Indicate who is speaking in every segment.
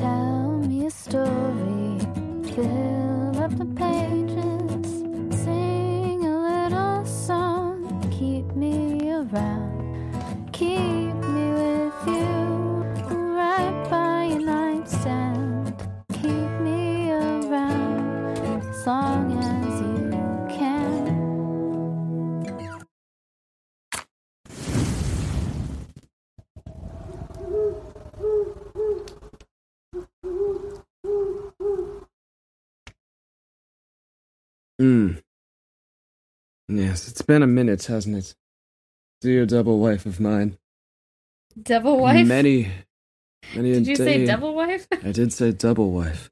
Speaker 1: me a story. Fill up the pages. Sing a little song. Keep me around. Keep me with you. Right by your nightstand. Keep me around as long as you can.
Speaker 2: Hmm. Yes, it's been a minute, hasn't it? Dear double wife of mine.
Speaker 3: Double wife?
Speaker 2: Many, many a
Speaker 3: Did you say
Speaker 2: day-
Speaker 3: double wife?
Speaker 2: I did say double wife.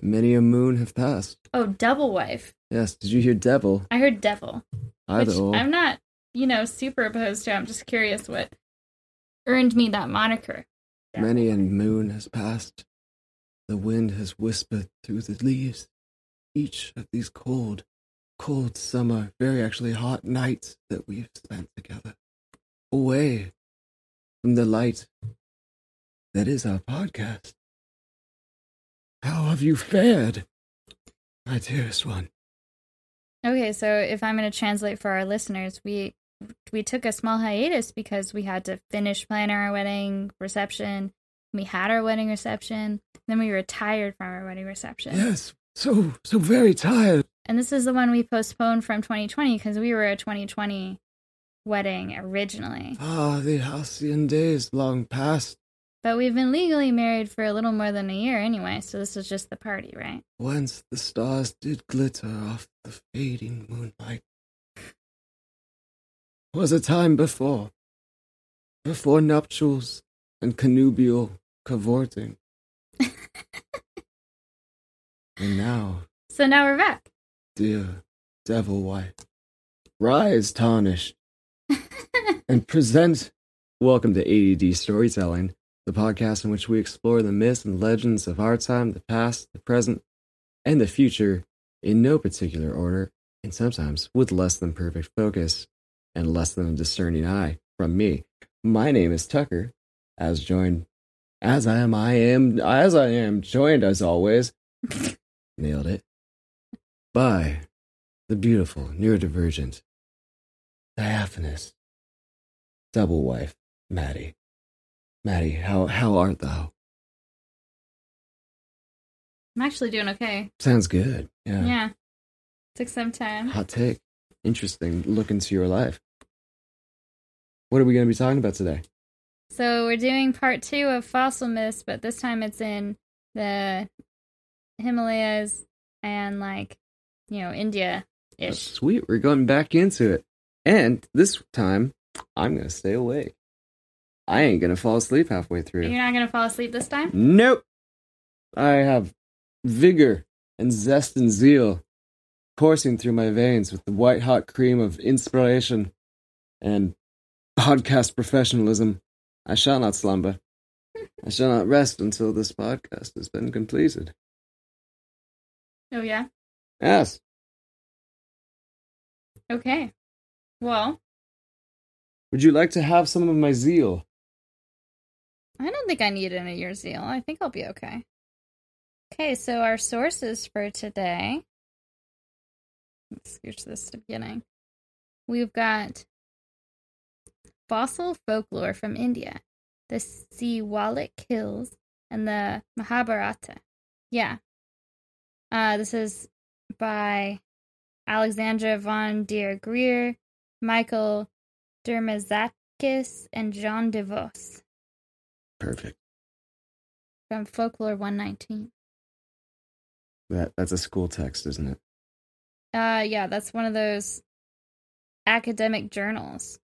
Speaker 2: Many a moon have passed.
Speaker 3: Oh, double wife.
Speaker 2: Yes, did you hear devil?
Speaker 3: I heard devil.
Speaker 2: Either
Speaker 3: which
Speaker 2: or.
Speaker 3: I'm not, you know, super opposed to. I'm just curious what earned me that moniker.
Speaker 2: Many a moon has passed. The wind has whispered through the leaves. Each of these cold, cold summer, very actually hot nights that we've spent together. Away from the light that is our podcast. How have you fared, my dearest one?
Speaker 3: Okay, so if I'm going to translate for our listeners, we we took a small hiatus because we had to finish planning our wedding reception. We had our wedding reception, then we retired from our wedding reception.
Speaker 2: Yes, so, so very tired.
Speaker 3: And this is the one we postponed from 2020 because we were a 2020 wedding originally.
Speaker 2: Ah, the halcyon days long past.
Speaker 3: But we've been legally married for a little more than a year anyway, so this was just the party, right?
Speaker 2: whence the stars did glitter off the fading moonlight. Was a time before, before nuptials and connubial cavorting. and now,
Speaker 3: So now we're back.
Speaker 2: dear devil wife, rise tarnished and present. Welcome to ADD Storytelling, the podcast in which we explore the myths and legends of our time, the past, the present, and the future in no particular order, and sometimes with less than perfect focus and less than a discerning eye from me. My name is Tucker, as joined as I am, I am as I am joined as always. Nailed it. By the beautiful neurodivergent diaphanous double wife, Maddie. Maddie, how how art thou?
Speaker 3: I'm actually doing okay.
Speaker 2: Sounds good.
Speaker 3: Yeah.
Speaker 2: Yeah.
Speaker 3: Took some time.
Speaker 2: Hot take. Interesting look into your life. What are we going to be talking about today?
Speaker 3: So we're doing part two of fossil myths, but this time it's in the Himalayas and like, you know, India ish.
Speaker 2: Oh, Sweet, we're going back into it. And this time, I'm going to stay awake. I ain't going to fall asleep halfway
Speaker 3: You're
Speaker 2: through.
Speaker 3: not gonna fall asleep this time?
Speaker 2: Nope. I have vigor and zest and zeal coursing through my veins with the white hot cream of inspiration and podcast professionalism. I shall not slumber. I shall not rest until this podcast has been completed.
Speaker 3: Oh yeah.
Speaker 2: Yes.
Speaker 3: Okay. Well,
Speaker 2: Would you like to have some of my zeal?
Speaker 3: I don't think I need any of your zeal. I think I'll be okay. Okay, so our sources for today. Let's scooch this to the beginning. We've got fossil folklore from India, the Siwalik Hills, and the Mahabharata. Yeah. Uh, this is by Alexandra von der Greer, Michael Dermazakis, and John DeVos
Speaker 2: Perfect.
Speaker 3: from Folklore 119.
Speaker 2: That that's a school text, isn't it?
Speaker 3: Uh yeah, that's one of those academic journals.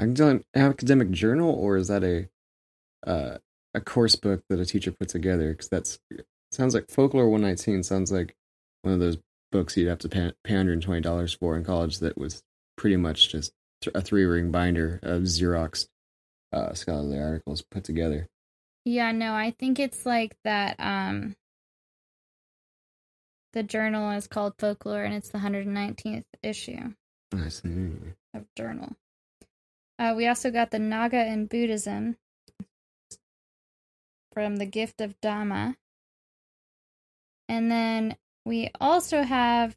Speaker 2: Academic, academic journal, or is that a uh, a course book that a teacher put together? Because that's sounds like folklore one nineteen sounds like one of those books you'd have to pay, pay hundred and twenty dollars for in college. That was pretty much just th- a three ring binder of Xerox uh, scholarly articles put together.
Speaker 3: Yeah, no, I think it's like that um the journal is called Folklore and it's the 119th issue
Speaker 2: I see.
Speaker 3: of journal. Uh we also got the Naga and Buddhism from the Gift of Dhamma And then we also have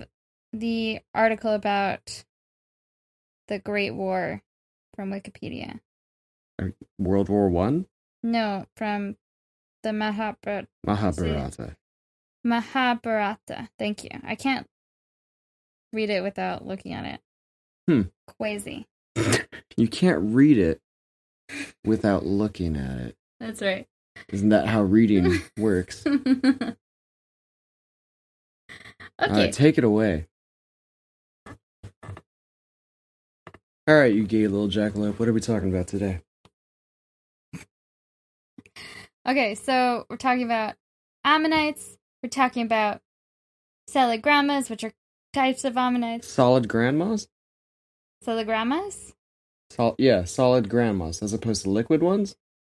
Speaker 3: the article about the Great War from Wikipedia.
Speaker 2: World War One,
Speaker 3: No, from the Mahabharata.
Speaker 2: Mahabharata.
Speaker 3: Mahabharata. Thank you. I can't read it without looking at it.
Speaker 2: Hmm.
Speaker 3: Crazy.
Speaker 2: You can't read it without looking at it.
Speaker 3: That's right.
Speaker 2: Isn't that how reading works?
Speaker 3: okay.
Speaker 2: All right, take it away. All right, you gay little jackalope. What are we talking about today?
Speaker 3: Okay, so we're talking about ammonites. We're talking about celigrammas, which are types of ammonites.
Speaker 2: Solid grandmas?
Speaker 3: Celigrammas?
Speaker 2: Sol- yeah, solid grandmas, as opposed to liquid ones.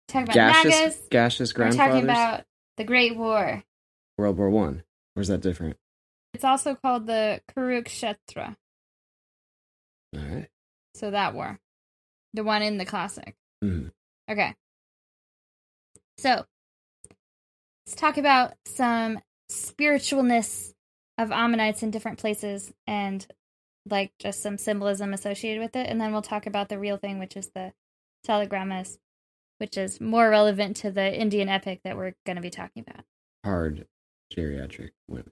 Speaker 3: Talking about
Speaker 2: Gaseous,
Speaker 3: nagas.
Speaker 2: gaseous
Speaker 3: We're
Speaker 2: grandfathers.
Speaker 3: talking about the Great War.
Speaker 2: World War One, or is that different?
Speaker 3: It's also called the Kurukshetra.
Speaker 2: All right.
Speaker 3: So that war. The one in the classic.
Speaker 2: Mhm.
Speaker 3: Okay. So let's talk about some spiritualness of Ammonites in different places and like just some symbolism associated with it. And then we'll talk about the real thing, which is the telegrammas, which is more relevant to the Indian epic that we're going to be talking about.
Speaker 2: Hard geriatric women.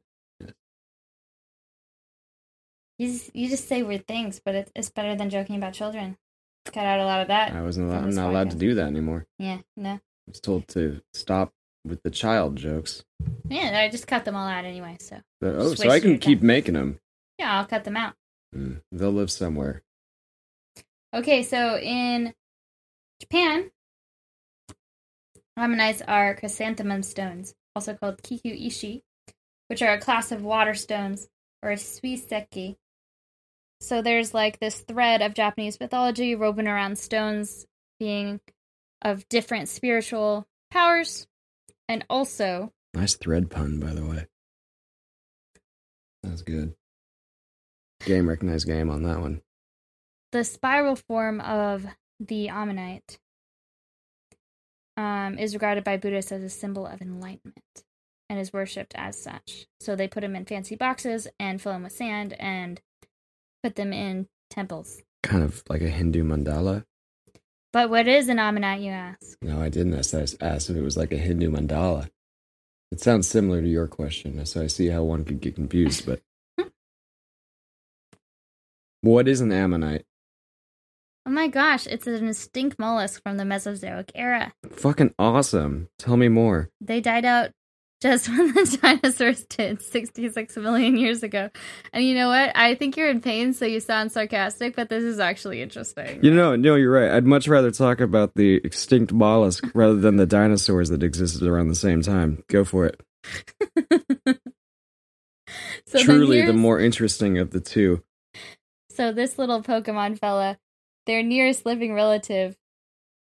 Speaker 3: You just, you just say weird things, but it, it's better than joking about children. Cut out a lot of that.
Speaker 2: I wasn't. Allowed,
Speaker 3: From
Speaker 2: I'm
Speaker 3: this
Speaker 2: not allowed to
Speaker 3: podcast.
Speaker 2: do that anymore.
Speaker 3: Yeah, no.
Speaker 2: I was told to stop with the child jokes.
Speaker 3: Yeah, I just cut them all out anyway. So
Speaker 2: But, oh,
Speaker 3: Just
Speaker 2: so I
Speaker 3: wasting
Speaker 2: can
Speaker 3: your
Speaker 2: keep
Speaker 3: time.
Speaker 2: making them.
Speaker 3: yeah, I'll cut them out.
Speaker 2: Mm, they'll live somewhere.
Speaker 3: Okay, so in Japan, ammonites are chrysanthemum stones, also called kiku ishi, which are a class of water stones or suiseki. So there's like this thread of Japanese mythology woven around stones being of different spiritual powers, and also
Speaker 2: Nice thread pun, by the way. That was good. Game recognized game on that one.
Speaker 3: the spiral form of the ammonite um, is regarded by Buddhists as a symbol of enlightenment and is worshipped as such. So they put them in fancy boxes and fill them with sand and put them in temples.
Speaker 2: Kind of like a Hindu mandala.
Speaker 3: But what is an ammonite, you ask?
Speaker 2: No, I didn't. I s- I s- asked if it was like a Hindu mandala. It sounds similar to your question, so I see how one could get confused, but. what is an ammonite?
Speaker 3: Oh my gosh, it's an extinct mollusk from the Mesozoic era.
Speaker 2: Fucking awesome. Tell me more.
Speaker 3: They died out just when the dinosaurs did 66 million years ago. And you know what? I think you're in pain, so you sound sarcastic, but this is actually interesting.
Speaker 2: You know, no, you're right. I'd much rather talk about the extinct mollusk rather than the dinosaurs that existed around the same time. Go for it.
Speaker 3: So then
Speaker 2: Truly the
Speaker 3: here's-
Speaker 2: more interesting of the two.
Speaker 3: So this little Pokemon fella, their nearest living relative,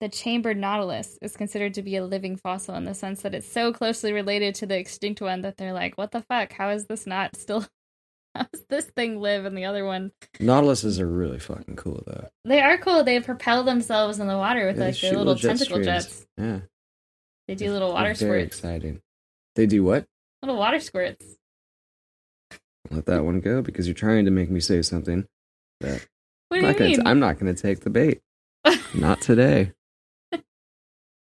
Speaker 3: the chambered nautilus, is considered to be a living fossil in the sense that it's so closely related to the extinct one that they're like, what the fuck? How is this not still? How does this thing live and the other one?
Speaker 2: Nautiluses are really fucking cool, though.
Speaker 3: They are cool. They propel themselves in the water with
Speaker 2: Yeah, they
Speaker 3: like
Speaker 2: shoot
Speaker 3: their little
Speaker 2: little jet
Speaker 3: tentacle
Speaker 2: streams.
Speaker 3: jets.
Speaker 2: Yeah.
Speaker 3: They do little water
Speaker 2: They're Very
Speaker 3: squirts.
Speaker 2: exciting. They do what?
Speaker 3: Little water squirts.
Speaker 2: Let that one go because you're trying to make me say something.
Speaker 3: What
Speaker 2: I'm
Speaker 3: do
Speaker 2: not,
Speaker 3: you
Speaker 2: gonna
Speaker 3: mean?
Speaker 2: t- I'm not gonna take the bait. Not today.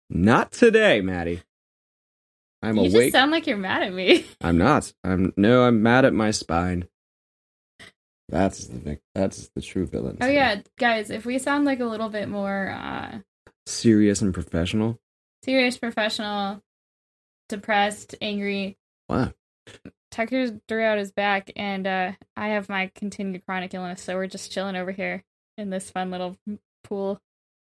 Speaker 2: not today, Maddie. I'm
Speaker 3: you
Speaker 2: awake.
Speaker 3: just sound like you're mad at me.
Speaker 2: I'm not. I'm no. I'm mad at my spine. That's the vic- that's the true villain.
Speaker 3: Oh
Speaker 2: today.
Speaker 3: yeah, guys, if we sound like a little bit more uh
Speaker 2: serious and professional.
Speaker 3: serious professional, depressed, angry,
Speaker 2: Wow.
Speaker 3: Tucker threw out his back and uh I have my continued chronic illness, so we're just chilling over here in this fun little pool.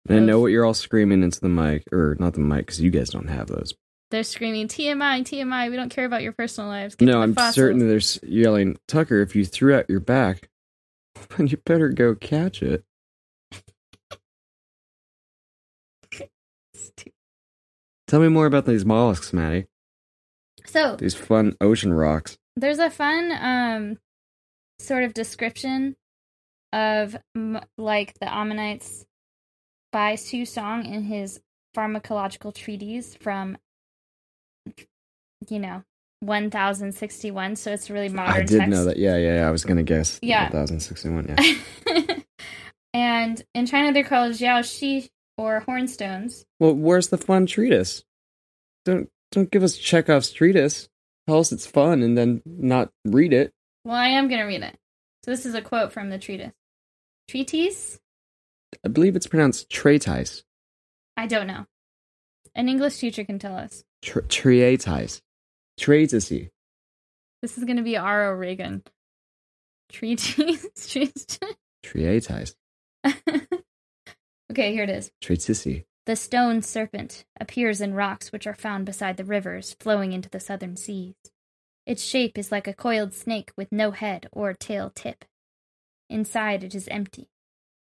Speaker 2: And I know
Speaker 3: Oof.
Speaker 2: what you're all screaming into the mic, or not the mic, because you guys don't have those.
Speaker 3: They're screaming TMI, TMI, we don't care about your personal lives. Get to
Speaker 2: No,
Speaker 3: the
Speaker 2: I'm
Speaker 3: fossils."
Speaker 2: certain that there's yelling, Tucker. If you threw out your back, then you better go catch it. Tell me more about these mollusks, Maddie.
Speaker 3: So
Speaker 2: These fun ocean rocks.
Speaker 3: there's a fun um sort of description of m- like the ammonites by Su Song in his pharmacological treatise from you know 1061, so it's really modern.
Speaker 2: I did
Speaker 3: text.
Speaker 2: know that. Yeah, yeah, yeah. I was gonna guess.
Speaker 3: Yeah.
Speaker 2: 1061. Yeah.
Speaker 3: that. and in China, they're called Xiao Shi or hornstones.
Speaker 2: well, where's the fun treatise? Don't don't give us Chekhov's treatise. Tell us it's fun and then not read it.
Speaker 3: Well, I am going to read it. So this is a quote from the treatise. Treatise?
Speaker 2: I believe it's pronounced treatise.
Speaker 3: I don't know. An English teacher can tell us.
Speaker 2: Tr- treatise. Treatise.
Speaker 3: This is going to be R.O. Reagan. Treatise? Treatise?
Speaker 2: Treatise.
Speaker 3: okay, here it is.
Speaker 2: Treatise.
Speaker 3: The stone serpent appears in rocks which are found beside the rivers flowing into the southern seas. Its shape is like a coiled snake with no head or tail tip. Inside it is empty.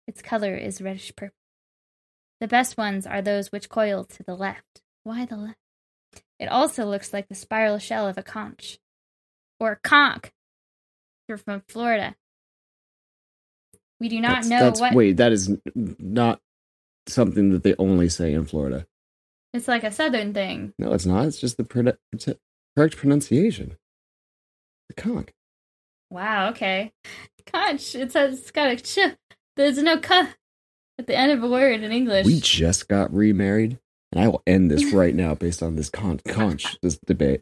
Speaker 3: Its color is reddish purple. The best ones are those which coil to the left. Why the left? It also looks like the spiral shell of a conch. Or conch. You're from Florida. We do not
Speaker 2: That's-
Speaker 3: know
Speaker 2: that's,
Speaker 3: what
Speaker 2: Wait, that is n- not something that they only say in Florida.
Speaker 3: it's like a southern thing.
Speaker 2: No, it's not. It's just the pro- prote- correct pronunciation. The conch.
Speaker 3: Wow, okay. Conch, it says it's got a ch. There's no k at the end of a word in English.
Speaker 2: We just got remarried, and I will end this right now based on this con- conch, this debate.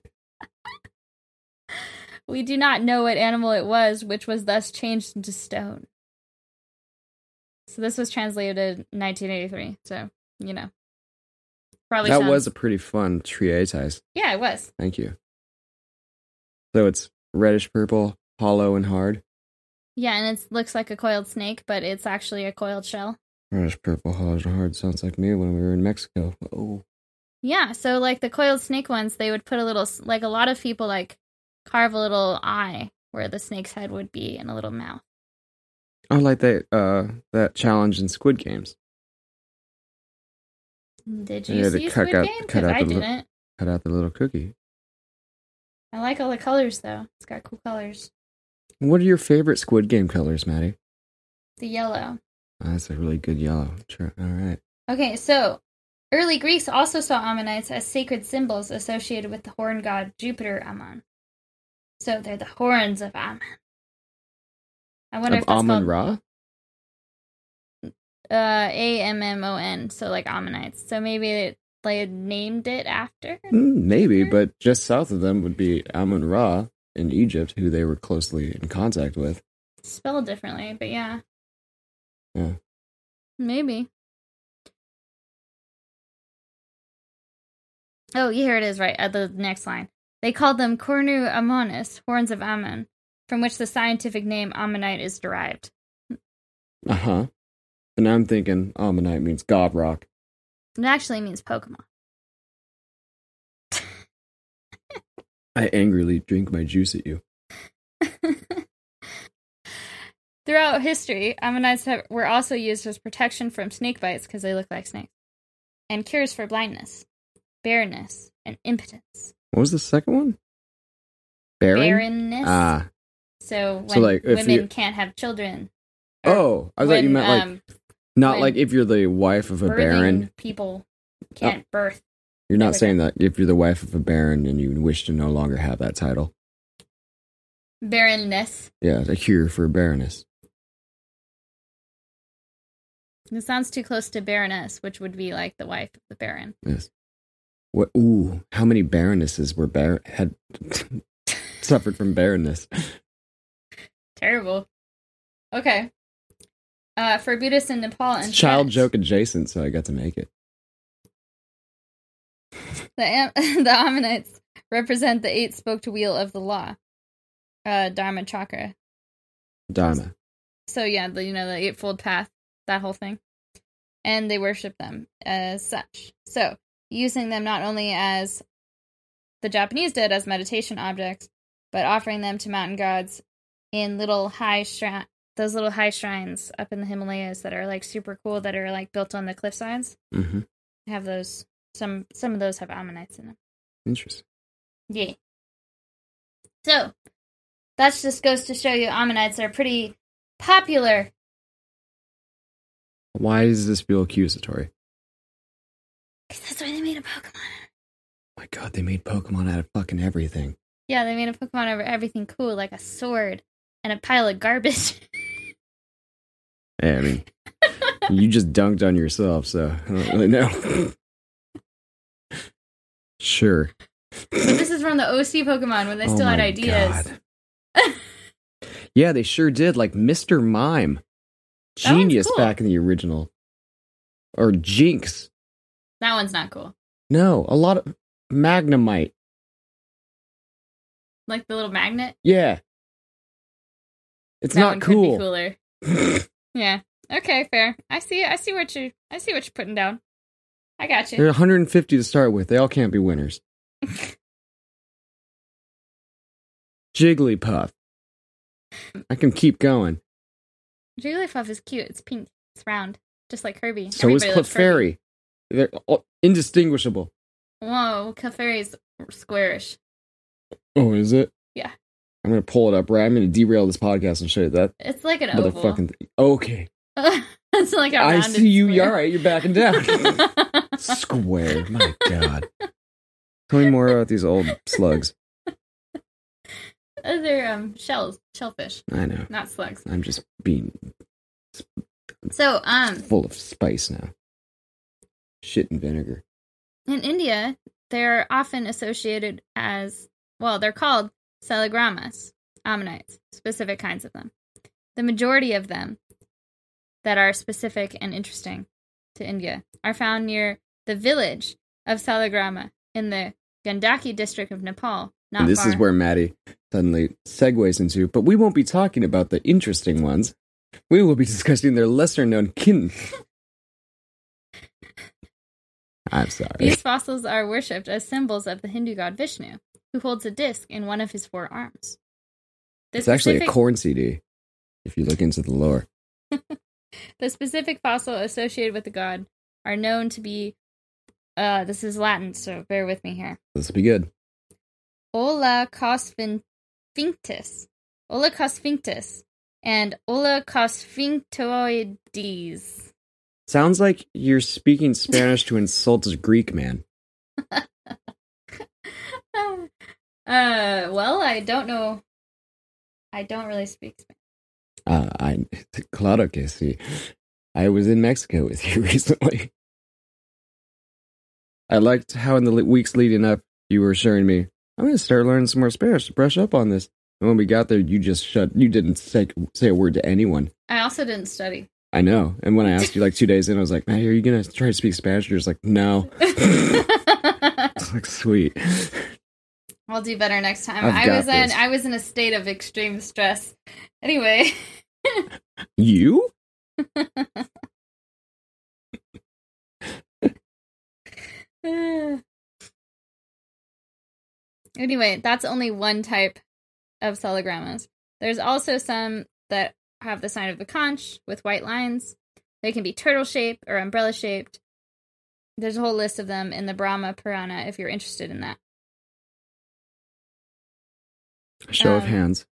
Speaker 3: We do not know what animal it was, which was thus changed into stone. So this was translated in 1983. So, you know. Probably
Speaker 2: that
Speaker 3: sounds-
Speaker 2: was a pretty fun treatise.
Speaker 3: Yeah, it was.
Speaker 2: Thank you. So it's reddish purple, hollow, and hard.
Speaker 3: Yeah, and it looks like a coiled snake, but it's actually a coiled shell.
Speaker 2: Reddish purple, hollow, and hard sounds like me when we were in Mexico. Oh,
Speaker 3: Yeah, so like the coiled snake ones, they would put a little s- like a lot of people like carve a little eye where the snake's head would be and a little mouth.
Speaker 2: I like that uh, that challenge in Squid Games.
Speaker 3: Did
Speaker 2: Yeah,
Speaker 3: you
Speaker 2: they
Speaker 3: see
Speaker 2: cut
Speaker 3: Squid
Speaker 2: out-
Speaker 3: Game?
Speaker 2: cut
Speaker 3: Because
Speaker 2: out
Speaker 3: I
Speaker 2: the look.
Speaker 3: didn't.
Speaker 2: Cut out the little cookie.
Speaker 3: I like all the colors though. It's got cool colors.
Speaker 2: What are your favorite Squid Game colors, Maddie?
Speaker 3: The yellow.
Speaker 2: Oh, that's a really good yellow. Sure. All right.
Speaker 3: Okay, so early Greeks also saw ammonites as sacred symbols associated with the horn god Jupiter Ammon. So they're the horns of Ammon. I wonder
Speaker 2: Of
Speaker 3: if that's
Speaker 2: Amon
Speaker 3: called
Speaker 2: Ra?
Speaker 3: uh, A M M O N. So like ammonites. So maybe it, they named it after.
Speaker 2: Mm, maybe, but just south of them would be Amon Ra in Egypt, who they were closely in contact with.
Speaker 3: Spelled differently, but yeah.
Speaker 2: Yeah.
Speaker 3: Maybe. Oh, here it is, right at the next line. They called them Cornu Ammonis, horns of Ammon, from which the scientific name Ammonite is derived.
Speaker 2: Uh huh. And I'm thinking Ammonite means God Rock.
Speaker 3: It actually means Pokemon.
Speaker 2: I angrily drink my juice at you.
Speaker 3: Throughout history, ammonites have, were also used as protection from snake bites because they look like snakes, and cures for blindness, barrenness, and impotence.
Speaker 2: What was the second one? Baron?
Speaker 3: Barrenness.
Speaker 2: Ah.
Speaker 3: So when
Speaker 2: So, like, if
Speaker 3: women
Speaker 2: you-
Speaker 3: can't have children. Or
Speaker 2: Oh, I thought you
Speaker 3: Er, when,
Speaker 2: meant like,
Speaker 3: um,
Speaker 2: not
Speaker 3: when
Speaker 2: like if you're the wife of a
Speaker 3: birthing
Speaker 2: baron. Oh.
Speaker 3: people can't birth.
Speaker 2: You're
Speaker 3: there
Speaker 2: not
Speaker 3: we
Speaker 2: saying that if you're the wife of a baron and you wish to no longer have that title.
Speaker 3: Barrenness.
Speaker 2: Yeah, a cure for barrenness.
Speaker 3: It sounds too close to baroness, which would be like the wife of the baron.
Speaker 2: Yes. What? Ooh, how many baronesses were bar- had suffered from barrenness?
Speaker 3: Terrible. Okay. Uh, for Buddhists in Nepal and
Speaker 2: Child
Speaker 3: France,
Speaker 2: joke adjacent, so I got to make it.
Speaker 3: The, Am- the Ammonites represent the eight spoked wheel of the law, uh, Dharma Chakra.
Speaker 2: Dharma.
Speaker 3: So yeah, the, you know the eightfold path, that whole thing, and they worship them as such. So using them not only as the Japanese did as meditation objects, but offering them to mountain gods in little high shrine, those little high shrines up in the Himalayas that are like super cool, that are like built on the cliff sides.
Speaker 2: hmm
Speaker 3: Have those some some of those have ammonites in them.
Speaker 2: Interesting.
Speaker 3: Yeah. So that just goes to show you ammonites are pretty popular
Speaker 2: Why does this feel accusatory?
Speaker 3: 'Cause that's why they made a Pokemon.
Speaker 2: my God, they made Pokemon out of fucking everything.
Speaker 3: Yeah, they made a Pokemon over everything cool, like a sword and a pile of garbage.
Speaker 2: Yeah, I mean, you just dunked on yourself, so I don't really know. sure.
Speaker 3: but this is from the OC Pokemon when they
Speaker 2: Oh
Speaker 3: still had
Speaker 2: my
Speaker 3: ideas.
Speaker 2: God. yeah, they sure did. Like Mr. Mime.
Speaker 3: That one's
Speaker 2: Genius
Speaker 3: Oh, cool.
Speaker 2: back in the original. Or Jinx.
Speaker 3: That one's not cool.
Speaker 2: No, a lot of Magnemite.
Speaker 3: Like the little magnet.
Speaker 2: Yeah. It's
Speaker 3: that
Speaker 2: not
Speaker 3: one could be
Speaker 2: cool.
Speaker 3: cooler. Yeah. Okay, fair. I see I see what you I see what you're putting down. I got
Speaker 2: They're
Speaker 3: you.
Speaker 2: 150 to start with. They all can't be winners. Jigglypuff. I can keep going.
Speaker 3: Jigglypuff is cute. It's pink. It's round. Just like Kirby.
Speaker 2: So is
Speaker 3: Everybody loves Kirby.
Speaker 2: Clefairy. They're all indistinguishable.
Speaker 3: Whoa, Clefairy's squarish.
Speaker 2: Oh, is it?
Speaker 3: Yeah.
Speaker 2: I'm gonna pull it up. Right, I'm gonna derail this podcast and show you that
Speaker 3: It's like an oval.
Speaker 2: motherfucking. Th- okay,
Speaker 3: it's like a
Speaker 2: I
Speaker 3: rounded
Speaker 2: see you.
Speaker 3: square.
Speaker 2: You're all right. You're backing down. Square. My God. Tell me more about these old slugs.
Speaker 3: Those are um, shells, shellfish,
Speaker 2: I know.
Speaker 3: not slugs.
Speaker 2: I'm just being
Speaker 3: So, um,
Speaker 2: full of spice now. Shit and vinegar.
Speaker 3: in India, they're often associated as well. They're called salagramas, ammonites, specific kinds of them. The majority of them that are specific and interesting to India are found near the village of Salagrama in the Gandaki district of Nepal. Not
Speaker 2: and this
Speaker 3: far.
Speaker 2: is where Maddie suddenly segues into. But we won't be talking about the interesting ones. We will be discussing their lesser known kin. I'm sorry.
Speaker 3: These fossils are worshipped as symbols of the Hindu god Vishnu, who holds a disc in one of his four arms. The
Speaker 2: It's actually a
Speaker 3: specific-
Speaker 2: corn CD if you look into the lore.
Speaker 3: The specific fossil associated with the god are known to be. Uh, this is Latin, so bear with me here.
Speaker 2: This will be good.
Speaker 3: Ola cosphinctis, Ola cosphinctis, and Ola cosphinctoides.
Speaker 2: Sounds like you're speaking Spanish to insult a Greek man.
Speaker 3: uh, well, I don't know. I don't really speak Spanish.
Speaker 2: Uh, I, claro que sí. I was in Mexico with you recently. I liked how in the le- weeks leading up, you were assuring me, I'm going to start learning some more Spanish to brush up on this. And when we got there, you just shut, you didn't say, say a word to anyone.
Speaker 3: I also didn't study.
Speaker 2: I know. And when I asked you like two days in, I was like, Maddie, are you going to try to speak Spanish? You're just like, no. It's like, sweet.
Speaker 3: I'll do better next time.
Speaker 2: I've
Speaker 3: I
Speaker 2: got
Speaker 3: was
Speaker 2: this.
Speaker 3: in I was in a state of extreme stress. Anyway.
Speaker 2: You?
Speaker 3: Eh. anyway, that's only one type of sologrammas. There's also some that have the sign of the conch with white lines. They can be turtle shaped or umbrella shaped. There's a whole list of them in the Brahma Purana if you're interested in that.
Speaker 2: Show of
Speaker 3: Um,
Speaker 2: hands.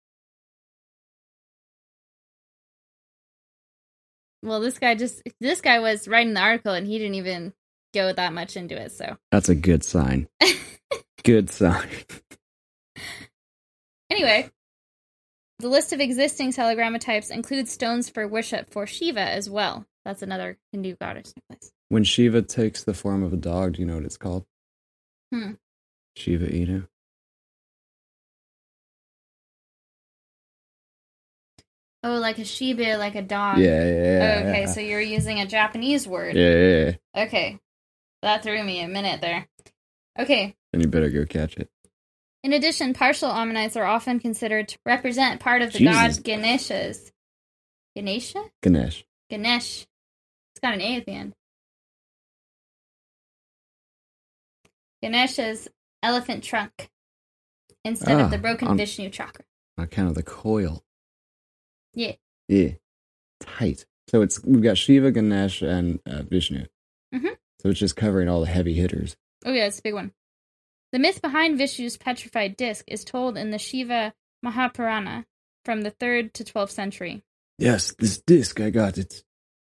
Speaker 3: Well, this guy just this guy was writing the article and he didn't even go that much into it, so
Speaker 2: That's a good sign. good sign.
Speaker 3: Anyway, the list of existing Saligramma types includes stones for worship for Shiva as well. That's another Hindu goddess necklace.
Speaker 2: When Shiva takes the form of a dog, do you know what it's called?
Speaker 3: Hmm.
Speaker 2: Shiva Inu.
Speaker 3: Oh, like a Shiba, like a dog. Oh,
Speaker 2: yeah, yeah, yeah.
Speaker 3: okay,
Speaker 2: yeah.
Speaker 3: so you're using a Japanese word.
Speaker 2: yeah, yeah, yeah.
Speaker 3: Okay. That threw me a minute there. Okay.
Speaker 2: Then you better go catch it.
Speaker 3: In addition, partial ammonites are often considered to represent part of the
Speaker 2: Jesus.
Speaker 3: god Ganesha's. Ganesha?
Speaker 2: Ganesh.
Speaker 3: Ganesh. It's got an A at the end. Ganesh's elephant trunk instead
Speaker 2: Ah,
Speaker 3: of the broken
Speaker 2: um,
Speaker 3: Vishnu chakra.
Speaker 2: On account of the coil.
Speaker 3: Yeah.
Speaker 2: Yeah. Tight. So it's we've got Shiva, Ganesh, and uh, Vishnu.
Speaker 3: Mhm.
Speaker 2: So it's just covering all the heavy hitters.
Speaker 3: Oh, yeah, it's a big one. The myth behind Vishnu's petrified disc is told in the Shiva Mahapurana from the 3rd to 12th century.
Speaker 2: Yes, this disc I got. It's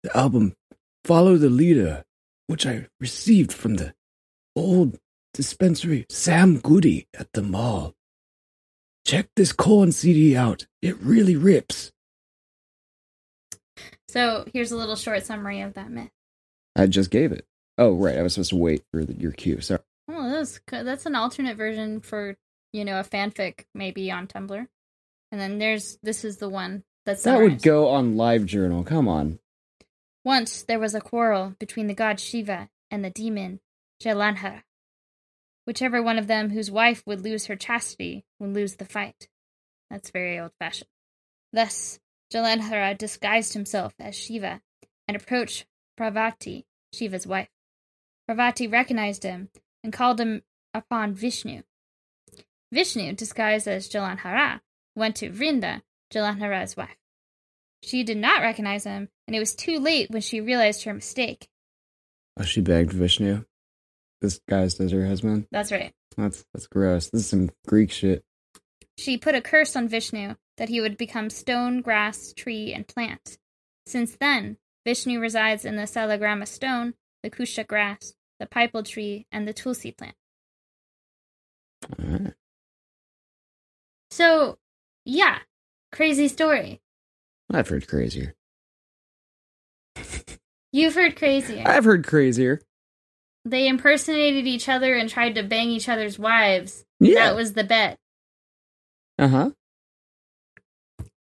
Speaker 2: the album Follow the Leader, which I received from the old dispensary Sam Goody at the mall. check this Cohen CD out. It really rips.
Speaker 3: So here's a little short summary of that myth.
Speaker 2: I just gave it. Oh, right. I was supposed to wait for the, your cue. Sorry.
Speaker 3: Oh, that's co- that's an alternate version for you know a fanfic maybe on Tumblr, and then there's this is the one that's
Speaker 2: That would go on LiveJournal. Come on.
Speaker 3: Once there was a quarrel between the god Shiva and the demon Jalanhara. Whichever one of them whose wife would lose her chastity would lose the fight. That's very old fashioned. Thus, Jalanhara disguised himself as Shiva and approached Parvati, Shiva's wife. Parvati recognized him and called him upon Vishnu. Vishnu, disguised as Jalanhara, went to Vrinda, Jalanhara's wife. She did not recognize him, and it was too late when she realized her mistake.
Speaker 2: Oh, she begged Vishnu. This guy's as her husband.
Speaker 3: That's right.
Speaker 2: That's that's gross. This is some Greek shit.
Speaker 3: She put a curse on Vishnu that he would become stone, grass, tree, and plant. Since then, Vishnu resides in the Salagrama stone, the Kusha grass, the Pipal tree, and the Tulsi plant.
Speaker 2: All right.
Speaker 3: So, yeah, crazy story.
Speaker 2: I've heard crazier.
Speaker 3: You've heard crazier.
Speaker 2: I've heard crazier.
Speaker 3: they impersonated each other and tried to bang each other's wives. That
Speaker 2: Yeah.
Speaker 3: was the bet.
Speaker 2: Uh huh.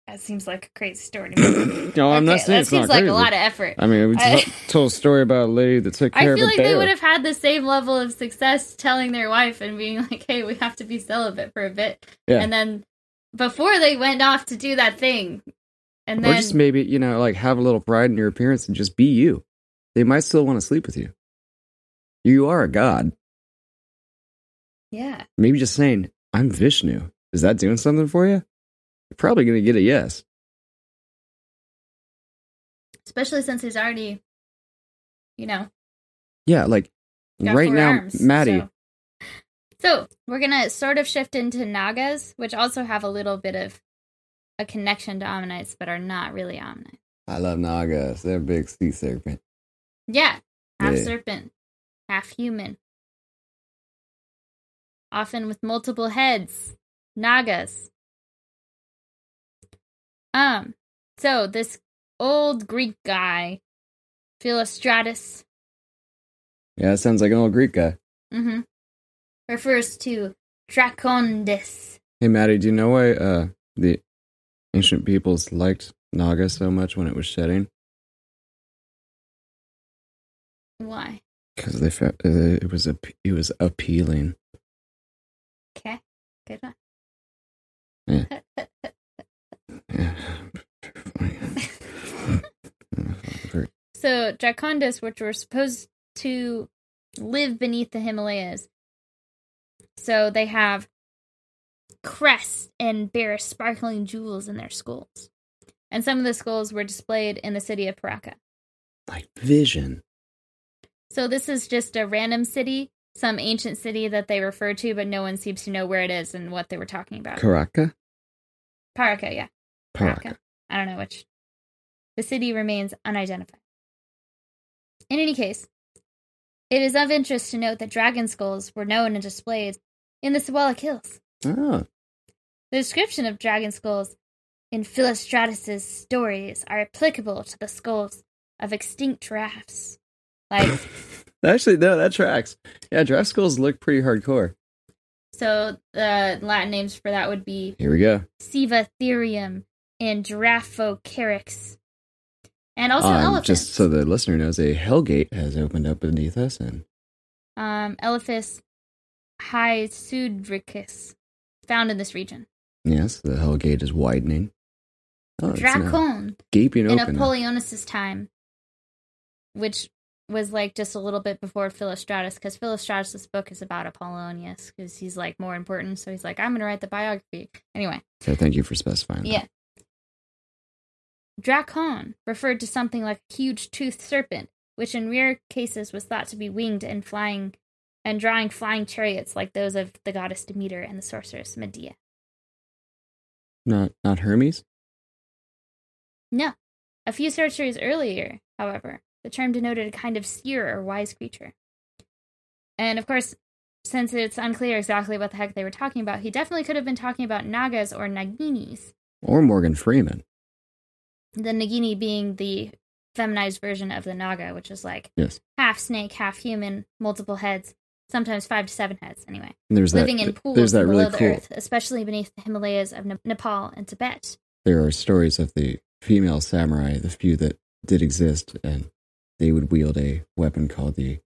Speaker 3: That seems like a crazy story.
Speaker 2: no,
Speaker 3: To me.
Speaker 2: I'm not
Speaker 3: Okay,
Speaker 2: saying
Speaker 3: that
Speaker 2: it's
Speaker 3: seems
Speaker 2: not
Speaker 3: like
Speaker 2: crazy.
Speaker 3: a lot of effort.
Speaker 2: I mean, we
Speaker 3: I-
Speaker 2: t- told a story about a lady that took
Speaker 3: I
Speaker 2: care
Speaker 3: feel
Speaker 2: of a
Speaker 3: like they
Speaker 2: bear.
Speaker 3: would have had the same level of success telling their wife and being like, "Hey, we have to be celibate for a bit,"
Speaker 2: Yeah.
Speaker 3: and then before they went off to do that thing, and
Speaker 2: or
Speaker 3: then
Speaker 2: just maybe you know, like have a little pride in your appearance and just be you. They might still want to sleep with you. You are a god.
Speaker 3: yeah,
Speaker 2: Maybe just saying I'm Vishnu is that doing something for you? You're probably gonna get a yes.
Speaker 3: especially since he's already, you know,
Speaker 2: Yeah, like
Speaker 3: got
Speaker 2: right
Speaker 3: four
Speaker 2: now,
Speaker 3: arms,
Speaker 2: Maddie.
Speaker 3: So. so we're gonna sort of shift into Nagas, which also have a little bit of a connection to Omnites, but are not really Omnites.
Speaker 2: I love Nagas. They're a big sea serpent.
Speaker 3: Yeah. Half
Speaker 2: Yeah.
Speaker 3: serpent, half human. Often with multiple heads. Nagas. Um, so this old Greek guy, Philostratus,
Speaker 2: Yeah, that sounds like an old Greek guy.
Speaker 3: mhm, refers to Dracondes.
Speaker 2: Hey, Maddie, do you know why uh, the ancient peoples liked Naga so much when it was shedding?
Speaker 3: Why?
Speaker 2: Because they felt uh, it was a it was appealing.
Speaker 3: Okay. Good one.
Speaker 2: Very-
Speaker 3: So Dracondas, which were supposed to live beneath the Himalayas, so they have crests and bear sparkling jewels in their skulls, and some of the skulls were displayed in the city of Paraka.
Speaker 2: like vision.
Speaker 3: So this is just a random city, some ancient city that they refer to, but no one seems to know where it is and what they were talking about.
Speaker 2: Karaka?
Speaker 3: Paraka, yeah.
Speaker 2: Paraka.
Speaker 3: I don't know which. The city remains unidentified. In any case, it is of interest to note that dragon skulls were known and displayed in the Siwalik Hills.
Speaker 2: Oh,
Speaker 3: The description of dragon skulls in Philostratus's stories are applicable to the skulls of extinct giraffes. Like,
Speaker 2: actually, no, that tracks. Yeah, draft schools look pretty hardcore.
Speaker 3: so the Latin names for that would be
Speaker 2: Here we go.
Speaker 3: Sivatherium and Giraffocarix. And also
Speaker 2: Um,
Speaker 3: elephants.
Speaker 2: just so the listener knows, a hellgate has opened up beneath us, and
Speaker 3: um, Elephas hydsudricus, found in this region.
Speaker 2: yes, the hellgate is widening. Oh, it's now
Speaker 3: Dracon
Speaker 2: gaping
Speaker 3: in
Speaker 2: open.
Speaker 3: Apollonius's time, which was like just a little bit before Philostratus, because Philostratus's book is about Apollonius, because he's like more important. So he's like, I'm going to write the biography. Anyway,
Speaker 2: So thank you for specifying. that.
Speaker 3: yeah. Dracon referred to something like a huge toothed serpent, which in rare cases was thought to be winged and flying and drawing flying chariots like those of the goddess Demeter and the sorceress Medea.
Speaker 2: not not Hermes.
Speaker 3: No. A few centuries earlier, however, the term denoted a kind of seer or wise creature. And of course, since it's unclear exactly what the heck they were talking about, he definitely could have been talking about Nagas or Naginis.
Speaker 2: Or Morgan Freeman.
Speaker 3: The Nagini being the feminized version of the Naga, which is like
Speaker 2: Yes.
Speaker 3: half snake, half human, multiple heads, sometimes five to seven heads. Anyway,
Speaker 2: And there's
Speaker 3: living
Speaker 2: that,
Speaker 3: in pools
Speaker 2: there's that
Speaker 3: below
Speaker 2: really
Speaker 3: the
Speaker 2: cool.
Speaker 3: earth, especially beneath the Himalayas of Ne- Nepal and Tibet.
Speaker 2: There are stories of the female samurai, the few that did exist, and they would wield a weapon called the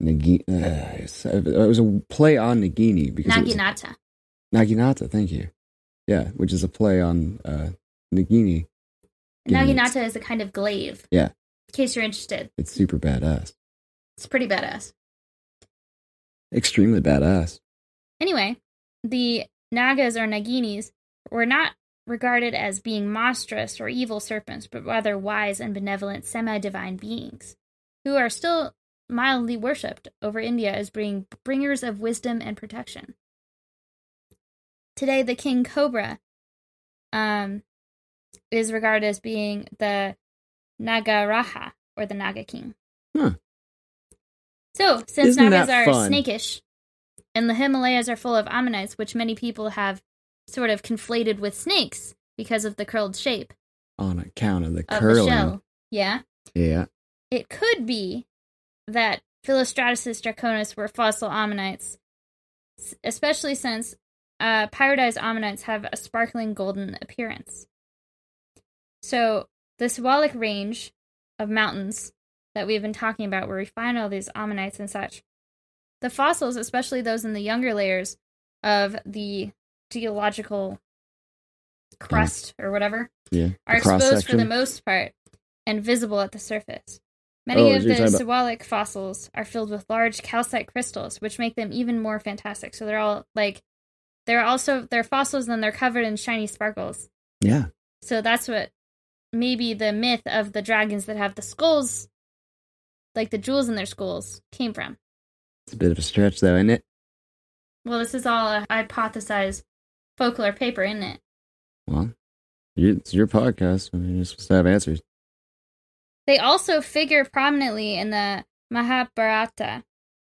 Speaker 2: Nagi. Uh, it's- it was a play on Nagini because it was-
Speaker 3: Naginata.
Speaker 2: Naginata. Thank you. Yeah, which is a play on uh, Nagini. Given it's-
Speaker 3: Naginata is a kind of glaive.
Speaker 2: Yeah.
Speaker 3: In case you're interested,
Speaker 2: It's super badass.
Speaker 3: it's pretty badass.
Speaker 2: Extremely badass.
Speaker 3: Anyway, the Nagas or Naginis were not regarded as being monstrous or evil serpents, but rather wise and benevolent semi divine beings who are still mildly worshipped over India as being bringers of wisdom and protection. Today, the king cobra um, is regarded as being the Nagaraja or the Naga king.
Speaker 2: Huh.
Speaker 3: So, since
Speaker 2: Isn't
Speaker 3: Nagas are
Speaker 2: that fun?
Speaker 3: snakish and the Himalayas are full of ammonites, which many people have sort of conflated with snakes because of the curled shape
Speaker 2: On account of the
Speaker 3: of
Speaker 2: curling.
Speaker 3: the shell. Yeah.
Speaker 2: Yeah.
Speaker 3: It could be that Philostratus draconis were fossil ammonites, s- especially since uh, pyridized ammonites have a sparkling golden appearance. So, the Swalik range of mountains that we've been talking about, where we find all these ammonites and such, the fossils, especially those in the younger layers of the geological crust or whatever,
Speaker 2: Yeah.
Speaker 3: are
Speaker 2: the cross
Speaker 3: exposed for the
Speaker 2: section.
Speaker 3: most part and visible at the surface. Many
Speaker 2: Oh,
Speaker 3: of the
Speaker 2: you're talking about-
Speaker 3: Siwalik fossils are filled with large calcite crystals, which make them even more fantastic. So they're all like they're also they're fossils and they're covered in shiny sparkles.
Speaker 2: yeah.
Speaker 3: So that's what maybe the myth of the dragons that have the skulls like the jewels in their skulls came from.
Speaker 2: It's a bit of a stretch, though, isn't it?
Speaker 3: Well, this is all a hypothesized folklore paper, isn't it?
Speaker 2: Well, you, it's your podcast. I mean, you're supposed to have answers.
Speaker 3: They also figure prominently in the Mahabharata,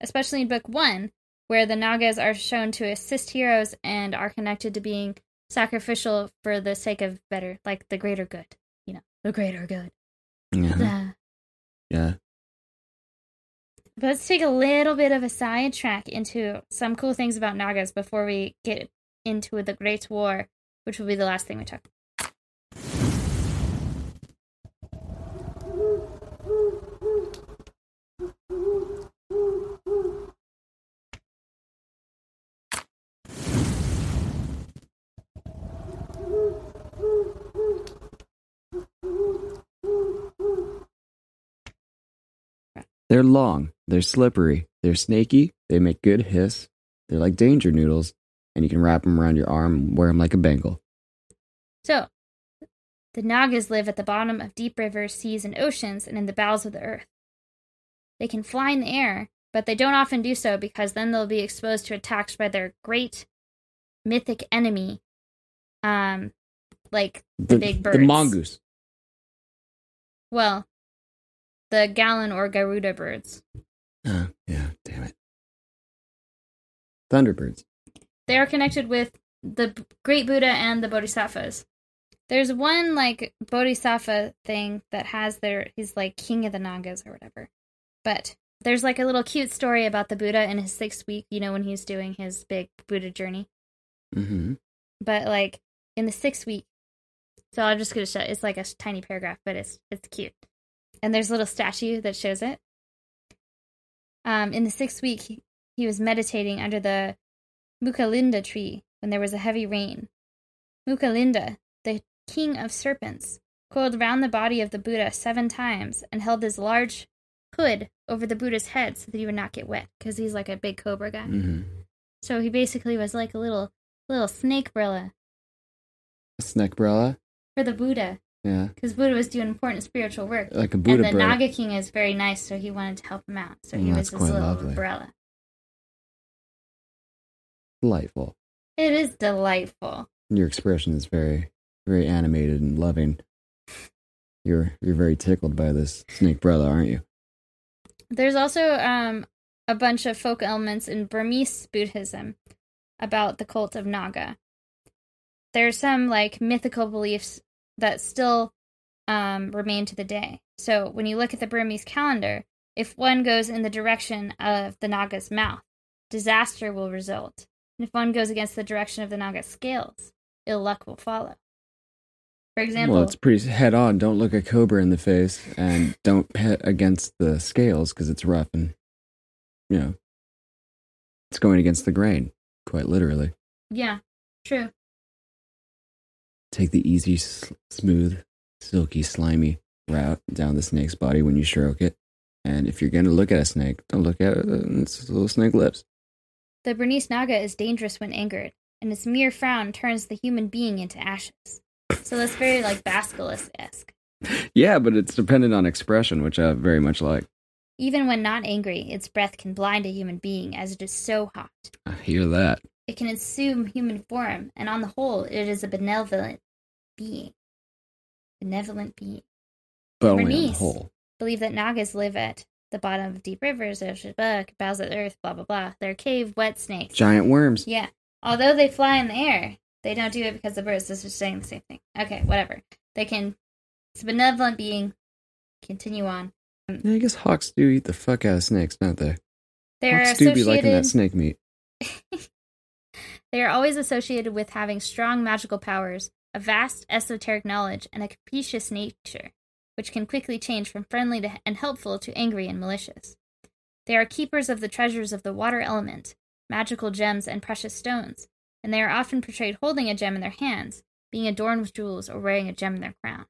Speaker 3: especially in Book 1, where the Nagas are shown to assist heroes and are connected to being sacrificial for the sake of better, like the greater good. You know, the greater good.
Speaker 2: Yeah.
Speaker 3: Duh.
Speaker 2: yeah.
Speaker 3: But let's take a little bit of a sidetrack into some cool things about Nagas before we get into the Great War, which will be the last thing we talk about.
Speaker 2: They're long. They're slippery. They're snaky. They make good hiss. They're like danger noodles, and you can wrap them around your arm and wear them like a bangle.
Speaker 3: So, the Nagas live at the bottom of deep rivers, seas, and oceans, and in the bowels of the earth. They can fly in the air, but they don't often do so because then they'll be exposed to attacks by their great mythic enemy, um, like the, big birds.
Speaker 2: The mongoose.
Speaker 3: Well, the Galan or Garuda birds.
Speaker 2: Uh, yeah, damn it. Thunderbirds.
Speaker 3: they are connected with the B- great buddha and the bodhisattvas there's one like bodhisattva thing that has their he's like king of the nagas or whatever but there's like a little cute story about the buddha in his sixth week you know when he's doing his big buddha journey
Speaker 2: Mm-hmm.
Speaker 3: but like in the sixth week so i'm just gonna show it's like a s- tiny paragraph but it's it's cute and there's a little statue that shows it um in the sixth week he, he was meditating under the mukalinda tree when there was a heavy rain mukalinda the king of serpents coiled round the body of the buddha seven times and held his large hood over the buddha's head so that he would not get wet because he's like a big cobra guy
Speaker 2: Mm-hmm.
Speaker 3: so he basically was like a little little snake brilla
Speaker 2: Snackbrella.
Speaker 3: for the Buddha,
Speaker 2: Yeah.
Speaker 3: because Buddha was doing important spiritual work.
Speaker 2: Like a Uh, Buddha
Speaker 3: and the
Speaker 2: bird.
Speaker 3: Naga King is very nice, so he wanted to help him out. So he
Speaker 2: Mm,
Speaker 3: was
Speaker 2: that's
Speaker 3: his
Speaker 2: quite
Speaker 3: little
Speaker 2: lovely.
Speaker 3: umbrella.
Speaker 2: Delightful.
Speaker 3: It is delightful.
Speaker 2: Your expression is very, very animated and loving. You're you're very tickled by this snake brother, aren't you?
Speaker 3: There's also um, a bunch of folk elements in Burmese Buddhism about the cult of Naga. There's some like mythical beliefs that still um, remain to the day. So when you look at the Burmese calendar, if one goes in the direction of the Naga's mouth, disaster will result. And if one goes against the direction of the Naga's scales, ill luck will follow. For example,
Speaker 2: Well, it's pretty head on. Don't look a cobra in the face and don't pet against the scales because it's rough and, you know, it's going against the grain, quite literally.
Speaker 3: yeah, true.
Speaker 2: Take the easy, s- smooth, silky, slimy route down the snake's body when you stroke it. And if you're going to look at a snake, don't look at it, uh, its little snake lips.
Speaker 3: The Bernese Naga is dangerous when angered, and its mere frown turns the human being into ashes. So that's very like basilisk esque.
Speaker 2: Yeah, but it's dependent on expression, which I very much like.
Speaker 3: Even when not angry, its breath can blind a human being as it is so hot.
Speaker 2: I hear that.
Speaker 3: It can assume human form, and on the whole, it is a benevolent being. Benevolent being.
Speaker 2: But only on the
Speaker 3: Bernice.
Speaker 2: whole.
Speaker 3: Believe that Nagas live at the bottom of deep rivers, ocean, bows of the earth, blah blah blah. They're cave wet snakes.
Speaker 2: Giant worms.
Speaker 3: Yeah. Although they fly in the air, they don't do it because the birds. This is saying the same thing. Okay, whatever. They can. It's a benevolent being. Continue on.
Speaker 2: Yeah, I guess hawks do eat the fuck out of snakes, don't they?
Speaker 3: They're
Speaker 2: hawks do be liking that
Speaker 3: associated.
Speaker 2: snake meat.
Speaker 3: They are always associated with having strong magical powers, a vast esoteric knowledge, and a capricious nature, which can quickly change from friendly to, and helpful to angry and malicious. They are keepers of the treasures of the water element, magical gems, and precious stones, and they are often portrayed holding a gem in their hands, being adorned with jewels, or wearing a gem in their crown.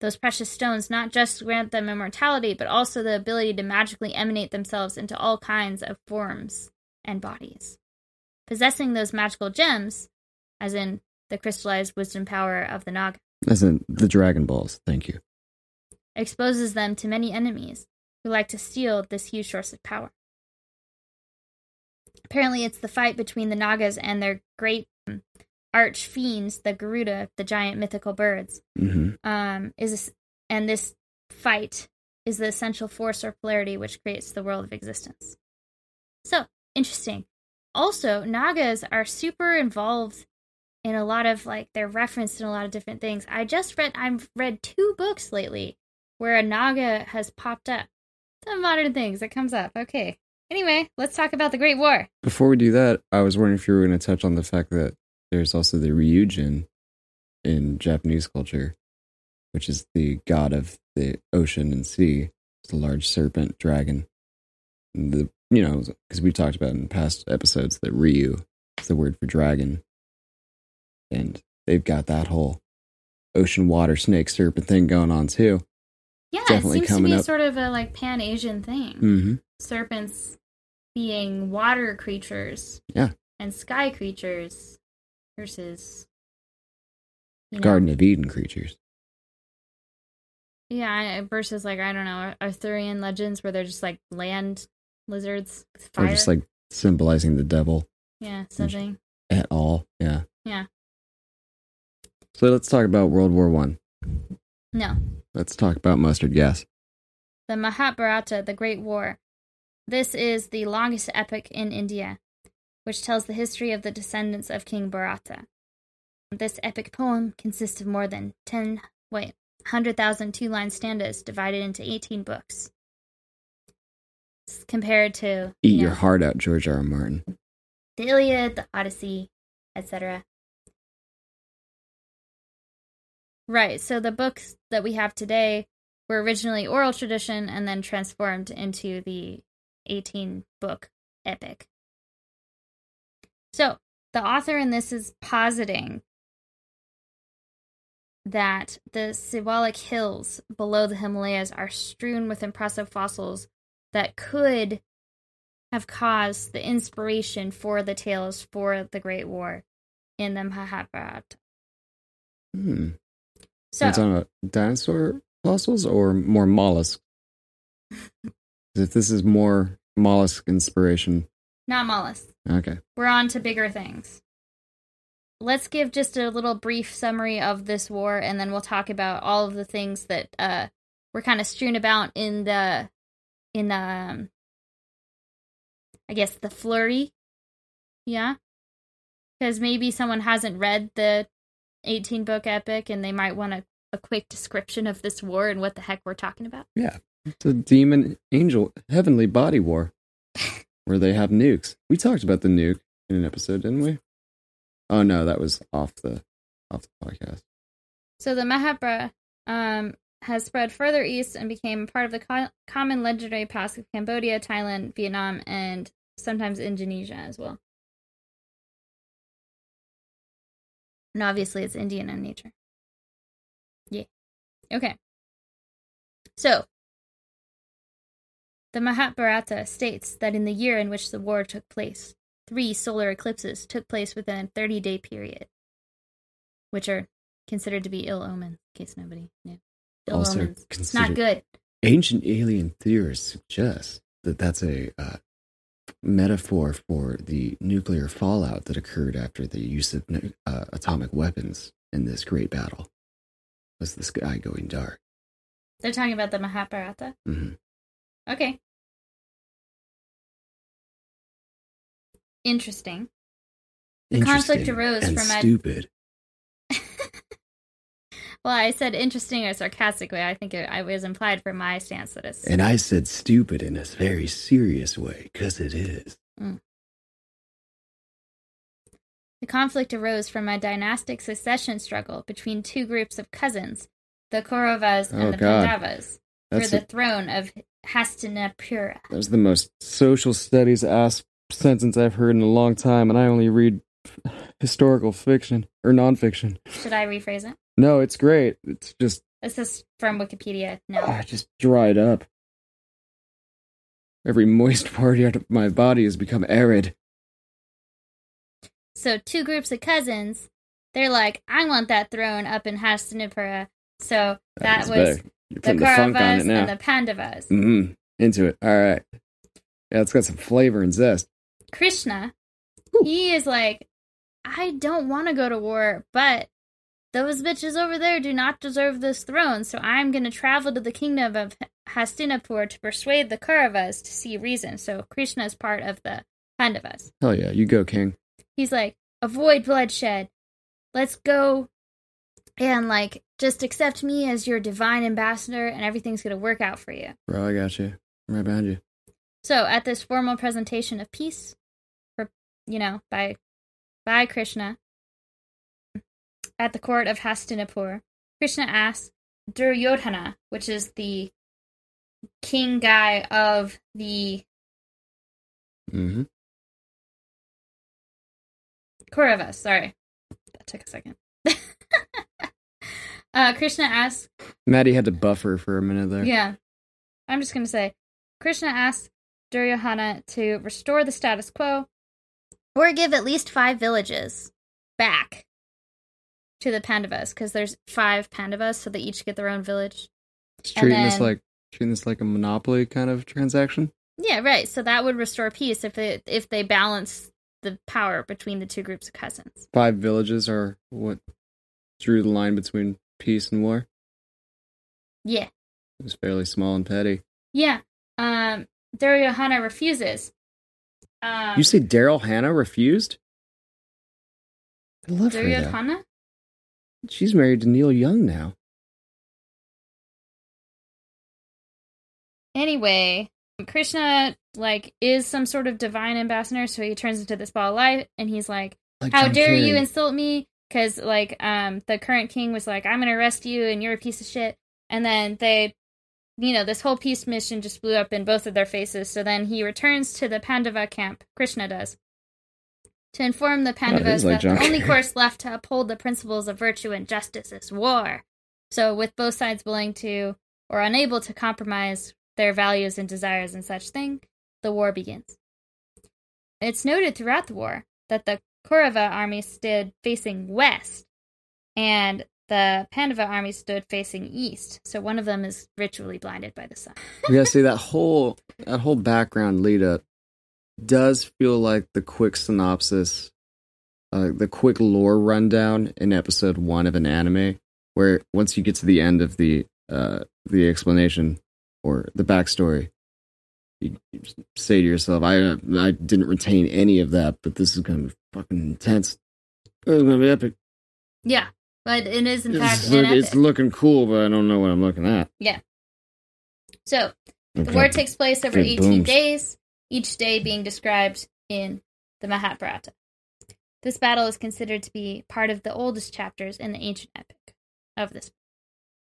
Speaker 3: Those precious stones not just grant them immortality, but also the ability to magically emanate themselves into all kinds of forms and bodies possessing those magical gems, as in the crystallized wisdom power of the Naga,
Speaker 2: As in the Dragon Balls. Thank you.
Speaker 3: exposes them to many enemies who like to steal this huge source of power. Apparently, it's the fight between the Nagas and their great um, arch fiends, the Garuda, the giant mythical birds,
Speaker 2: hmm
Speaker 3: um, is and this fight is the essential force or polarity which creates the world of existence. So interesting. Also, Nagas are super involved in a lot of like they're referenced in a lot of different things. I just read I've read two books lately where a Naga has popped up. Some modern things that comes up. Okay. Anyway, let's talk about the Great War.
Speaker 2: Before we do that, I was wondering if you were going to touch on the fact that there's also the Ryujin in Japanese culture, which is the god of the ocean and sea. It's a large serpent dragon. And the you know because we talked about in past episodes that Ryu is the word for dragon, and they've got that whole ocean water snake serpent thing going on too.
Speaker 3: Yeah,
Speaker 2: Definitely
Speaker 3: it seems to
Speaker 2: coming
Speaker 3: be
Speaker 2: up.
Speaker 3: sort of a like pan Asian thing.
Speaker 2: Mm-hmm.
Speaker 3: serpents being water creatures
Speaker 2: Yeah.
Speaker 3: and sky creatures versus you know,
Speaker 2: Garden of Eden creatures.
Speaker 3: yeah I- versus like i don't know arthurian legends where they're just like land lizards with
Speaker 2: Or
Speaker 3: fire
Speaker 2: just like symbolizing the devil
Speaker 3: yeah something
Speaker 2: at all. Yeah.
Speaker 3: Yeah.
Speaker 2: So let's talk about World War One.
Speaker 3: no
Speaker 2: Let's talk about mustard gas.
Speaker 3: the Mahabharata, the Great War. This is the longest epic in India, which tells the history of the descendants of King Bharata. This epic poem consists of more than 10, wait, 100,000 two line stanzas divided into 18 books. It's compared to
Speaker 2: Eat
Speaker 3: you
Speaker 2: your
Speaker 3: know,
Speaker 2: heart out, George R. R. Martin.
Speaker 3: the Iliad, the Odyssey, etc. Right, so the books that we have today were originally oral tradition and then transformed into the 18 book epic. So, the author in this is positing that the Siwalik hills below the Himalayas are strewn with impressive fossils that could have caused the inspiration for the tales for the Great War in the Mahabharata.
Speaker 2: Hmm.
Speaker 3: So,
Speaker 2: That's on a dinosaur fossils or more mollusk? if this is more mollusk inspiration,
Speaker 3: not mollusk.
Speaker 2: okay.
Speaker 3: we're on to bigger things. Let's give just a little brief summary of this war, and then we'll talk about all of the things that uh, were kind of strewn about in the in um, I guess, the flurry. Yeah. Because maybe someone hasn't read the 18 book epic and they might want a, a quick description of this war and what the heck we're talking about.
Speaker 2: It's a demon angel heavenly body war where they have nukes. We talked about the nuke in an episode, didn't we? Oh no, that was off the off the podcast.
Speaker 3: So the Mahabra um, has spread further east and became part of the co- common legendary past of Cambodia, Thailand, Vietnam, and sometimes Indonesia as well. And obviously, it's Indian in nature. Yeah. Okay. So, the Mahabharata states that in the year in which the war took place, three solar eclipses took place within a 30 day period, which are considered to be ill omens, in case nobody knew. Ill
Speaker 2: Also
Speaker 3: omens. It's not
Speaker 2: considered-
Speaker 3: good.
Speaker 2: Ancient alien theorists suggest that that's a uh, metaphor for the nuclear fallout that occurred after the use of nu- uh, atomic weapons in this great battle. Was the sky going dark?
Speaker 3: They're talking about the Mahabharata.
Speaker 2: hmm
Speaker 3: Okay. Interesting. The conflict arose
Speaker 2: and
Speaker 3: from a-
Speaker 2: stupid.
Speaker 3: Well, I said interesting or sarcastic way. I think it, it was implied from my stance that it's.
Speaker 2: And I said stupid in a very serious way, because it is.
Speaker 3: The conflict arose from a dynastic succession struggle between two groups of cousins, the Kauravas and
Speaker 2: Oh,
Speaker 3: the
Speaker 2: God.
Speaker 3: Pandavas,
Speaker 2: That's
Speaker 3: for the throne of Hastinapura.
Speaker 2: that's the most social studies ass sentence I've heard in a long time, and I only read historical fiction or nonfiction.
Speaker 3: Should I rephrase it?
Speaker 2: No, it's great. It's just
Speaker 3: This is from Wikipedia now.
Speaker 2: I just dried up. Every moist part out of my body has become arid.
Speaker 3: So two groups of cousins, they're like, I want that throne up in Hastinapura. So that
Speaker 2: It's
Speaker 3: was
Speaker 2: better. You're
Speaker 3: the
Speaker 2: putting the, funk on
Speaker 3: Kauravas
Speaker 2: it now.
Speaker 3: and the Pandavas.
Speaker 2: Mm-hmm. Into it. All right. Yeah, it's got some flavor and zest.
Speaker 3: Krishna,
Speaker 2: Whew.
Speaker 3: he is like, I don't want to go to war, but those bitches over there do not deserve this throne, so I'm going to travel to the kingdom of Hastinapur to persuade the Kauravas to see reason. So Krishna is part of the Pandavas.
Speaker 2: Hell yeah, you go, King.
Speaker 3: He's like, avoid bloodshed. Let's go and like just accept me as your divine ambassador, and everything's going to work out for you.
Speaker 2: Bro, I got you. I'm right behind you.
Speaker 3: So at this formal presentation of peace, for you know, by by Krishna at the court of Hastinapur, Krishna asks Duryodhana, which is the king guy of the
Speaker 2: Mm-hmm.
Speaker 3: Kauravas. Sorry, that took a second. uh, Krishna asks
Speaker 2: Maddie had to buffer for a minute there.
Speaker 3: Yeah. I'm just going to say Krishna asks Duryodhana to restore the status quo or give at least five villages back to the Pandavas because there's five Pandavas, so they each get their own village.
Speaker 2: It's treating
Speaker 3: and
Speaker 2: this
Speaker 3: then-
Speaker 2: like treating this like a monopoly kind of transaction.
Speaker 3: Yeah, right. So that would restore peace if they if they balance the power between the two groups of cousins.
Speaker 2: Five villages are what drew the line between peace and war.
Speaker 3: Yeah.
Speaker 2: It was fairly small and petty.
Speaker 3: Yeah. Um Duryodhana refuses. Um
Speaker 2: You say Daryl Hannah refused? I love her. though.
Speaker 3: Duryodhana?
Speaker 2: She's married to Neil Young now.
Speaker 3: anyway krishna like is some sort of divine ambassador so he turns into this ball of light and he's like
Speaker 2: Like
Speaker 3: how
Speaker 2: John
Speaker 3: dare you
Speaker 2: Kerry.
Speaker 3: insult me because like um the current king was like i'm gonna arrest you and you're a piece of shit and then they you know this whole peace mission just blew up in both of their faces so then he returns to the pandava camp krishna does to inform the pandavas
Speaker 2: like
Speaker 3: that
Speaker 2: John
Speaker 3: the only
Speaker 2: Kerry.
Speaker 3: course left to uphold the principles of virtue and justice is war so with both sides willing to or unable to compromise their values and desires and such thing, the war begins. It's noted throughout the war that the Kaurava army stood facing west and the Pandava army stood facing east. So one of them is ritually blinded by the sun.
Speaker 2: yeah, see that whole that whole background lead up does feel like the quick synopsis, uh, the quick lore rundown in episode one of an anime, where once you get to the end of the uh, the explanation or the backstory, you you just say to yourself, I uh, I didn't retain any of that, but this is gonna be fucking intense. This is gonna be epic.
Speaker 3: Yeah, but it is in fact
Speaker 2: It's,
Speaker 3: an
Speaker 2: look- it's
Speaker 3: epic.
Speaker 2: looking cool, but I don't know what I'm looking at.
Speaker 3: So the
Speaker 2: Okay.
Speaker 3: war takes place over
Speaker 2: It
Speaker 3: 18
Speaker 2: booms.
Speaker 3: days, each day being described in the Mahabharata. This battle is considered to be part of the oldest chapters in the ancient epic of this.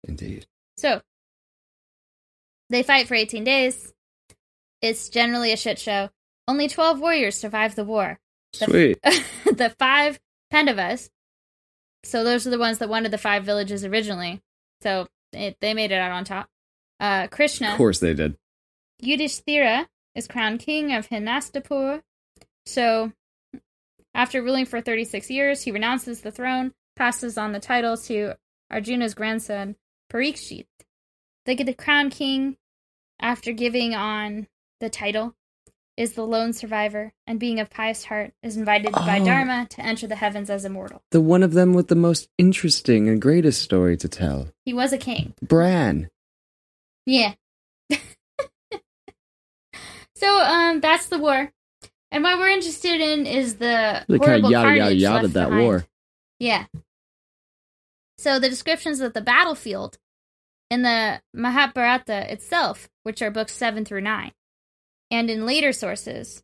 Speaker 2: Indeed.
Speaker 3: So they fight for 18 days. It's generally a shit show. Only 12 warriors survive the war. The-
Speaker 2: Sweet.
Speaker 3: the five Pandavas. So those are the ones that wanted the five villages originally. So it, they made it out on top. Uh, Krishna.
Speaker 2: Of course they did.
Speaker 3: Yudhishthira is crowned king of Hinastapur. So, after ruling for 36 years, he renounces the throne, passes on the title to Arjuna's grandson, Parikshit. They get the crown king after giving on the title, is the lone survivor, and being of pious heart, is invited by
Speaker 2: Oh.
Speaker 3: Dharma to enter the heavens as immortal.
Speaker 2: The one of them with the most interesting and greatest story to tell.
Speaker 3: He was a king.
Speaker 2: Bran.
Speaker 3: Yeah. so um that's the war. And what we're interested in is the
Speaker 2: Look how
Speaker 3: horrible
Speaker 2: yada yada
Speaker 3: carnage
Speaker 2: yada
Speaker 3: left
Speaker 2: that
Speaker 3: behind.
Speaker 2: war.
Speaker 3: Yeah. So the descriptions of the battlefield in the Mahabharata itself, which are books 7 through 9, and in later sources,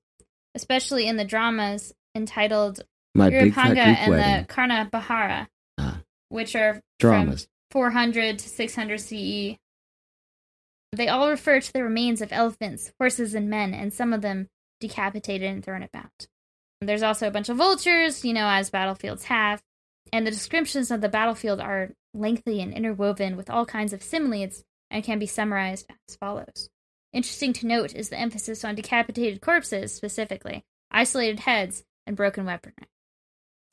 Speaker 3: especially in the dramas entitled
Speaker 2: My big fat
Speaker 3: Urupanga
Speaker 2: Greek
Speaker 3: and
Speaker 2: wedding.
Speaker 3: the Karna Bahara,
Speaker 2: Ah.
Speaker 3: which are from
Speaker 2: Dramas.
Speaker 3: 400 to 600 CE. They all refer to the remains of elephants, horses, and men, and some of them decapitated and thrown about. There's also a bunch of vultures, you know, as battlefields have, and the descriptions of the battlefield are lengthy and interwoven with all kinds of similes and can be summarized as follows. Interesting to note is the emphasis on decapitated corpses specifically, isolated heads, and broken weaponry.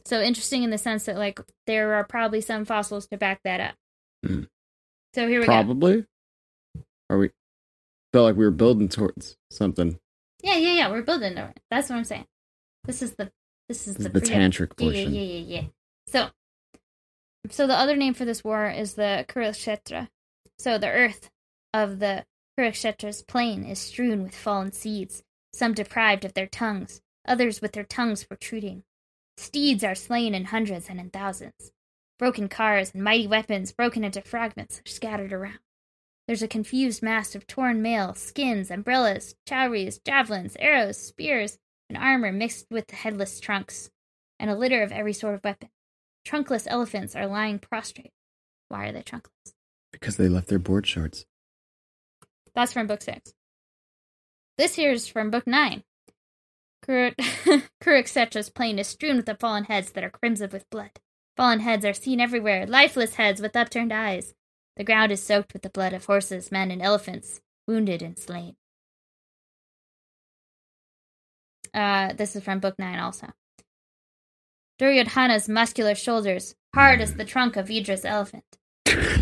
Speaker 3: So interesting in the sense that like there are probably some fossils to back that up.
Speaker 2: Hmm.
Speaker 3: So here we go.
Speaker 2: Probably. Are we? Felt like we were building towards something.
Speaker 3: Yeah, yeah, yeah. We're building over it. That's what I'm saying. This is the this is
Speaker 2: This
Speaker 3: the,
Speaker 2: is the
Speaker 3: pre-
Speaker 2: tantric
Speaker 3: Yeah, yeah,
Speaker 2: portion.
Speaker 3: yeah, yeah, yeah. So, so the other name for this war is the Kurukshetra. So the earth of the Kurukshetra's plain is strewn with fallen seeds, some deprived of their tongues, others with their tongues protruding. Steeds are slain in hundreds and in thousands. Broken cars and mighty weapons broken into fragments are scattered around. There's a confused mass of torn mail, skins, umbrellas, chowries, javelins, arrows, spears, and armor mixed with the headless trunks and a litter of every sort of weapon. Trunkless elephants are lying prostrate. Why are they trunkless?
Speaker 2: Because they left their board shorts.
Speaker 3: That's from book six. This here is from book nine. Kurukshetra's plain is strewn with the fallen heads that are crimson with blood. Fallen heads are seen everywhere, lifeless heads with upturned eyes. The ground is soaked with the blood of horses, men, and elephants, wounded and slain. Uh, this is from Book 9 also. Duryodhana's muscular shoulders, hard as the trunk of Vidra's elephant,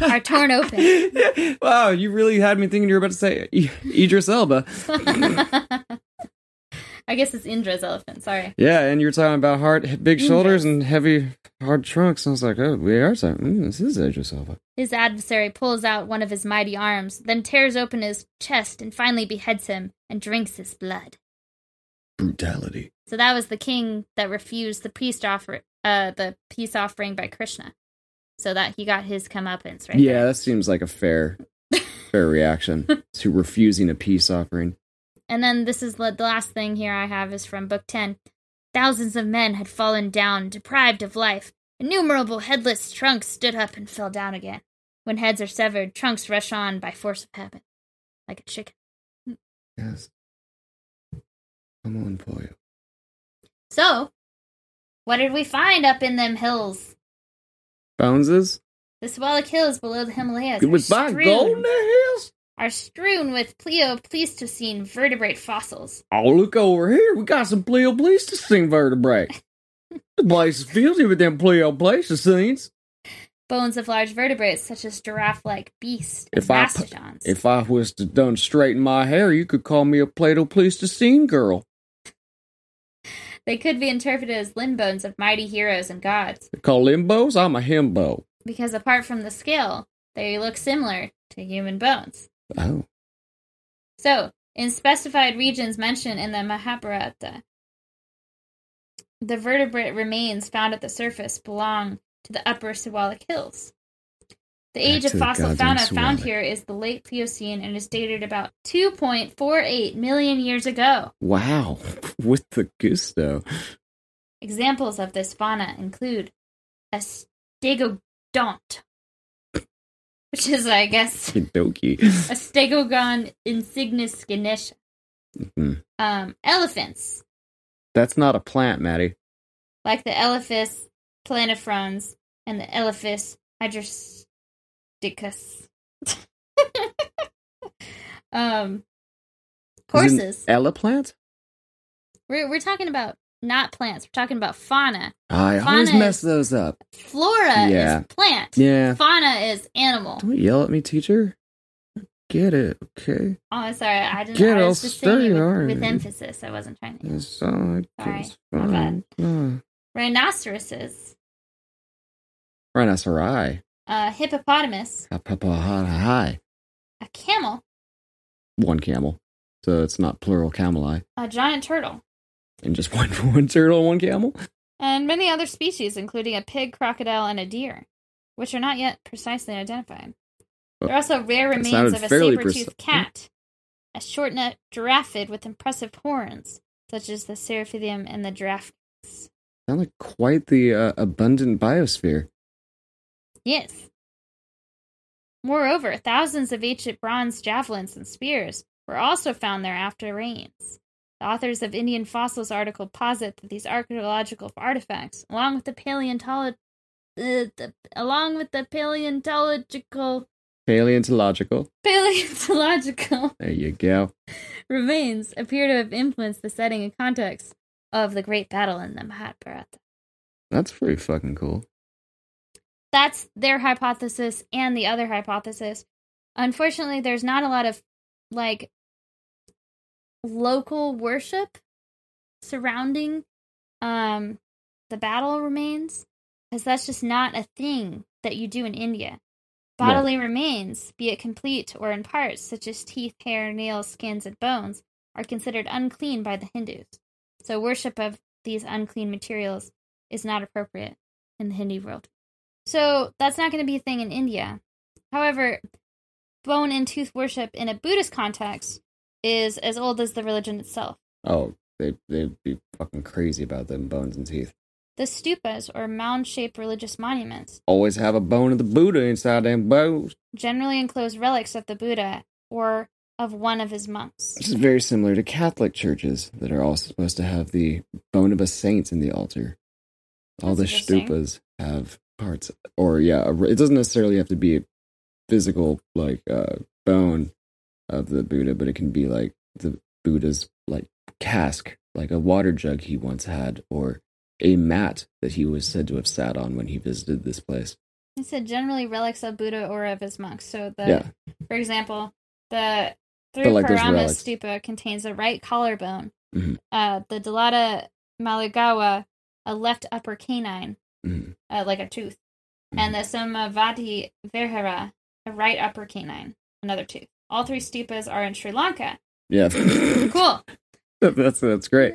Speaker 3: are torn open.
Speaker 2: wow, you really had me thinking you were about to say I- Idris Elba.
Speaker 3: I guess it's Indra's elephant. Sorry.
Speaker 2: Yeah, and you were talking about hard, big shoulders and heavy, hard trunks. And I was like, oh, we are talking. Mm, this is Idris Elba.
Speaker 3: His adversary pulls out one of his mighty arms, then tears open his chest and finally beheads him and drinks his blood.
Speaker 2: Brutality.
Speaker 3: So that was the king that refused the priest offer, uh, the peace offering by Krishna, so that he got his comeuppance right.
Speaker 2: yeah,
Speaker 3: there.
Speaker 2: that seems like a fair, fair reaction to refusing a peace offering.
Speaker 3: And then this is the the last thing here I have is from Book 10. Thousands of men had fallen down, deprived of life. Innumerable headless trunks stood up and fell down again. When heads are severed, trunks rush on by force of habit, like a chicken.
Speaker 2: Yes. Come on, boy.
Speaker 3: So, what did we find up in them hills?
Speaker 2: Bounces?
Speaker 3: The Swalik Hills below the Himalayas are
Speaker 2: Goodbye,
Speaker 3: strewn,
Speaker 2: Golden Hills.
Speaker 3: are strewn with pleistocene vertebrate fossils.
Speaker 2: Oh, look over here. We got some pleoplastocene vertebrae. the place is filled with them pleoplastocenes.
Speaker 3: Bones of large vertebrates such as giraffe-like beasts and
Speaker 2: If I pu-
Speaker 3: mastodons.
Speaker 2: If I was to done straighten my hair, you could call me a pleoplastocenine girl.
Speaker 3: They could be interpreted as limb bones of mighty heroes and gods,
Speaker 2: They call limbos, I'm a himbo.
Speaker 3: because apart from the scale, they look similar to human bones.
Speaker 2: Oh.
Speaker 3: So, in specified regions mentioned in the Mahabharata. The vertebrate remains found at the surface belong to the upper Siwalik Hills. The
Speaker 2: Back
Speaker 3: age
Speaker 2: to
Speaker 3: of
Speaker 2: the
Speaker 3: fossil
Speaker 2: goddamn
Speaker 3: fauna found
Speaker 2: Siwalik.
Speaker 3: here is the late Pliocene and is dated about 2.48 million years ago.
Speaker 2: Wow, with the gusto.
Speaker 3: Examples of this fauna include a stegodont, which is, I guess,
Speaker 2: Kidoki.
Speaker 3: a stegogon insignis ganesha,
Speaker 2: Mhm.
Speaker 3: um, elephants,
Speaker 2: That's not a plant, Maddie.
Speaker 3: like the Elephas planifrons and the Elephas hydrosticus. um,
Speaker 2: Isn't
Speaker 3: horses.
Speaker 2: Ella plant?
Speaker 3: We're, we're talking about not plants. We're talking about fauna.
Speaker 2: I always
Speaker 3: Fauna
Speaker 2: mess
Speaker 3: is-
Speaker 2: those up.
Speaker 3: Flora
Speaker 2: Yeah.
Speaker 3: is plant.
Speaker 2: Yeah.
Speaker 3: Fauna is animal.
Speaker 2: Don't yell at me, teacher. Get it, okay?
Speaker 3: Oh, sorry. I didn't.
Speaker 2: Get
Speaker 3: I
Speaker 2: all
Speaker 3: was just saying it
Speaker 2: stay
Speaker 3: with, with
Speaker 2: hard.
Speaker 3: emphasis. I wasn't trying to.
Speaker 2: It's all right,
Speaker 3: Sorry,
Speaker 2: it's
Speaker 3: my
Speaker 2: fine. Uh,
Speaker 3: Rhinoceroses,
Speaker 2: Rhinoceri.
Speaker 3: a hippopotamus,
Speaker 2: Ha, pa, pa, ha, ha, hi.
Speaker 3: a camel,
Speaker 2: One camel. So it's not plural cameli.
Speaker 3: a giant turtle,
Speaker 2: And just one, one turtle and one camel?
Speaker 3: and many other species, including a pig, crocodile, and a deer, which are not yet precisely identified. There are also rare
Speaker 2: That
Speaker 3: remains
Speaker 2: sounded
Speaker 3: of a
Speaker 2: fairly
Speaker 3: saber toothed
Speaker 2: precise.
Speaker 3: cat, a short necked giraffid with impressive horns, such as the Seraphidium and the giraffe.
Speaker 2: Sound like quite the uh, abundant biosphere.
Speaker 3: Yes. Moreover, thousands of ancient bronze javelins and spears were also found there after rains. The authors of Indian Fossils article posit that these archaeological artifacts, along with the paleontolo- uh, the, along with the paleontological
Speaker 2: Paleontological.
Speaker 3: paleontological
Speaker 2: There you go.
Speaker 3: remains appear to have influenced the setting and context of the great battle in the Mahabharata.
Speaker 2: That's pretty fucking cool.
Speaker 3: That's their hypothesis and the other hypothesis. Unfortunately, there's not a lot of like local worship surrounding um the battle remains because that's just not a thing that you do in India.
Speaker 2: Right.
Speaker 3: Bodily remains, be it complete or in parts, such as teeth, hair, nails, skins, and bones, are considered unclean by the Hindus. So worship of these unclean materials is not appropriate in the Hindu world. So that's not going to be a thing in India. However, bone and tooth worship in a Buddhist context is as old as the religion itself.
Speaker 2: Oh, they, they'd be fucking crazy about them bones and teeth.
Speaker 3: The stupas, or mound shaped religious monuments,
Speaker 2: Always have a bone of the Buddha inside them bones.
Speaker 3: generally enclose relics of the Buddha or of one of his monks.
Speaker 2: Which is very similar to Catholic churches that are also supposed to have the bone of a saint in the altar. All
Speaker 3: That's
Speaker 2: the
Speaker 3: interesting.
Speaker 2: stupas have parts, or yeah, a- it doesn't necessarily have to be a physical like uh, bone of the Buddha, but it can be like the Buddha's like cask, like a water jug he once had, or a mat that he was said to have sat on when he visited this place.
Speaker 3: He said generally relics of Buddha or of his monks. So the
Speaker 2: yeah,
Speaker 3: for example, the Three
Speaker 2: But, like, there's
Speaker 3: Parama
Speaker 2: relics.
Speaker 3: stupa contains a right collarbone,
Speaker 2: Mhm.
Speaker 3: uh, the Dalada Malagawa, a left upper canine,
Speaker 2: Mhm.
Speaker 3: uh, like a tooth, and the Somavati Verhara, a right upper canine, another tooth. All three stupas are in Sri Lanka.
Speaker 2: yeah,
Speaker 3: Cool.
Speaker 2: that's that's great.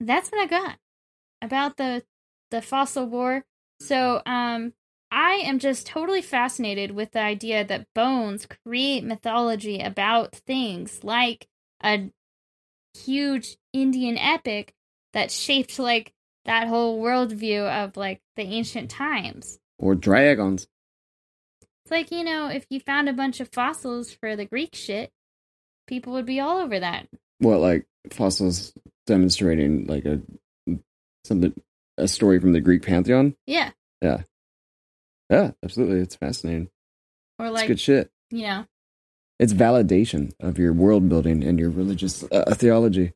Speaker 3: That's what I got about the the fossil war. So, um I am just totally fascinated with the idea that bones create mythology about things like a huge Indian epic that shaped like that whole worldview of like the ancient times.
Speaker 2: or dragons.
Speaker 3: It's like, you know, if you found a bunch of fossils for the Greek shit, people would be all over that.
Speaker 2: what like fossils demonstrating like a something a story from the Greek pantheon.
Speaker 3: Yeah.
Speaker 2: Yeah, absolutely. It's fascinating.
Speaker 3: Or
Speaker 2: it's
Speaker 3: like,
Speaker 2: good shit.
Speaker 3: you know,
Speaker 2: It's validation of your world building and your religious uh, theology.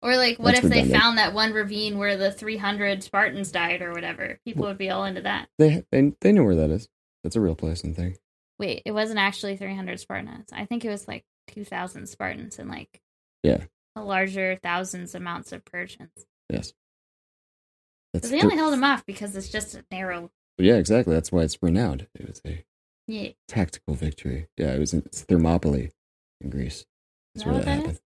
Speaker 3: or like what
Speaker 2: That's
Speaker 3: if they
Speaker 2: redundant.
Speaker 3: found that one ravine where the 300 Spartans died or whatever? People would be all into that.
Speaker 2: They they they know where that is. That's a real place and thing.
Speaker 3: Wait, it wasn't actually 300 Spartans. I think it was like 2000 Spartans and like
Speaker 2: Yeah.
Speaker 3: a larger thousands amounts of Persians.
Speaker 2: Yes.
Speaker 3: So
Speaker 2: That's
Speaker 3: they
Speaker 2: the-
Speaker 3: only held them off because it's just a narrow.
Speaker 2: Yeah, exactly. That's why it's renowned. It was a
Speaker 3: Yeah.
Speaker 2: Tactical victory. Yeah, it was in it's Thermopylae in Greece. That's
Speaker 3: Is that
Speaker 2: where that
Speaker 3: what that
Speaker 2: happened.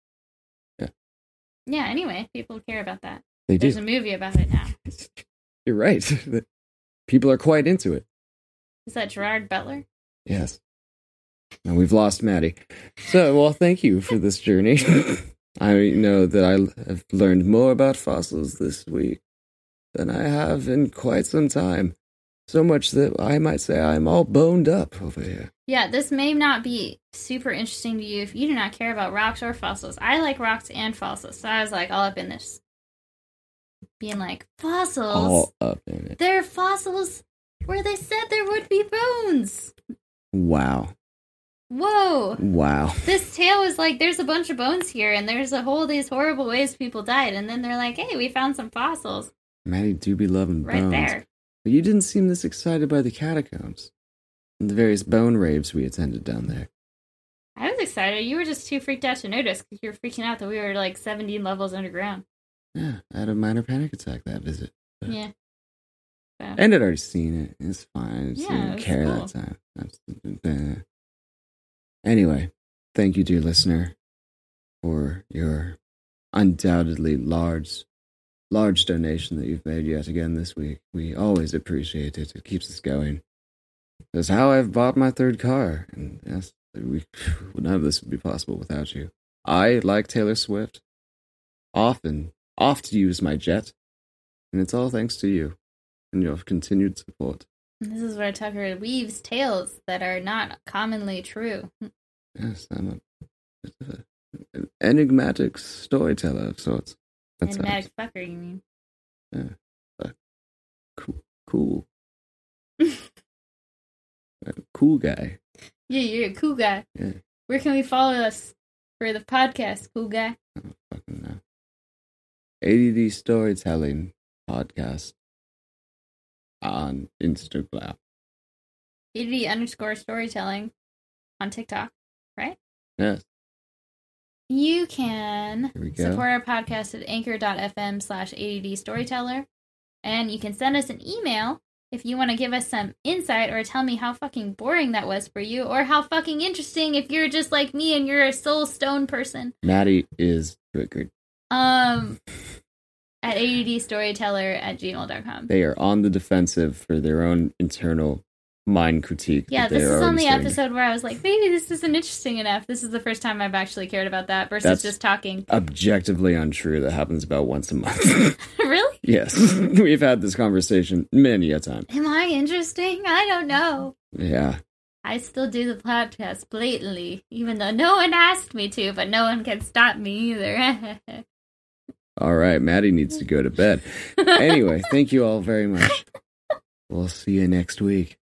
Speaker 3: Yeah, anyway, people care about that.
Speaker 2: They
Speaker 3: There's
Speaker 2: do.
Speaker 3: a movie about it now.
Speaker 2: You're right. People are quite into it.
Speaker 3: Is that Gerard Butler?
Speaker 2: Yes. And we've lost Maddie. So, well, thank you for this journey. I know that I have learned more about fossils this week than I have in quite some time. So much that I might say I'm all boned up over here.
Speaker 3: Yeah, this may not be super interesting to you if you do not care about rocks or fossils. I like rocks and fossils, so I was like all up in this. Being like, fossils?
Speaker 2: All up in it.
Speaker 3: They're fossils where they said there would be bones.
Speaker 2: Wow.
Speaker 3: Whoa.
Speaker 2: Wow.
Speaker 3: This tale is like, there's a bunch of bones here, and there's a whole these horrible ways people died. And then they're like, hey, we found some fossils
Speaker 2: Maddie do be loving
Speaker 3: right
Speaker 2: bones.
Speaker 3: there.
Speaker 2: But you didn't seem this excited by the catacombs and the various bone raves we attended down there.
Speaker 3: I was excited. You were just too freaked out to notice because you were freaking out that we were like 17 levels underground.
Speaker 2: Yeah, I had a minor panic attack that visit. Yeah.
Speaker 3: Yeah. So.
Speaker 2: And I'd already seen it. It's fine. I just
Speaker 3: Yeah,
Speaker 2: didn't
Speaker 3: it's
Speaker 2: care
Speaker 3: cool.
Speaker 2: that time. That's- Anyway, thank you, dear listener, for your undoubtedly large, large donation that you've made yet again this week. We always appreciate it. It keeps us going. That's how I've bought my third car, and that's, we, none of this would be possible without you. I, like Taylor Swift, often, oft use my jet, and it's all thanks to you and your continued support.
Speaker 3: This is where Tucker weaves tales that are not commonly true.
Speaker 2: Yes, I'm a, an enigmatic storyteller of sorts. That's
Speaker 3: and
Speaker 2: right.
Speaker 3: Mad Fucker, you mean?
Speaker 2: cool. Cool. Uh, cool guy.
Speaker 3: Yeah, you're a cool guy.
Speaker 2: Yeah.
Speaker 3: Where can we follow us for the podcast, cool guy?
Speaker 2: Fucking no. ADD storytelling podcast on Instagram.
Speaker 3: ADD underscore storytelling on TikTok.
Speaker 2: Yes,
Speaker 3: You can
Speaker 2: Here we go.
Speaker 3: support our podcast at anchor.fm slash ADD storyteller. And you can send us an email if you want to give us some insight or tell me how fucking boring that was for you or how fucking interesting if you're just like me and you're a soul stone person.
Speaker 2: Maddie is triggered.
Speaker 3: Um, at addstoryteller at gmail.com.
Speaker 2: They are on the defensive for their own internal mind critique.
Speaker 3: Yeah,
Speaker 2: that they
Speaker 3: this
Speaker 2: are
Speaker 3: is on
Speaker 2: already
Speaker 3: the
Speaker 2: starting to-
Speaker 3: episode where I was like, maybe this isn't interesting enough. This is the first time I've actually cared about that versus
Speaker 2: That's-
Speaker 3: just talking.
Speaker 2: Objectively untrue. That happens about once a month.
Speaker 3: really?
Speaker 2: Yes, we've had this conversation many a time.
Speaker 3: Am I interesting? I don't know.
Speaker 2: Yeah,
Speaker 3: I still do the podcast blatantly, even though no one asked me to, but no one can stop me either.
Speaker 2: all right. Maddie needs to go to bed. Anyway, thank you all very much. We'll see you next week.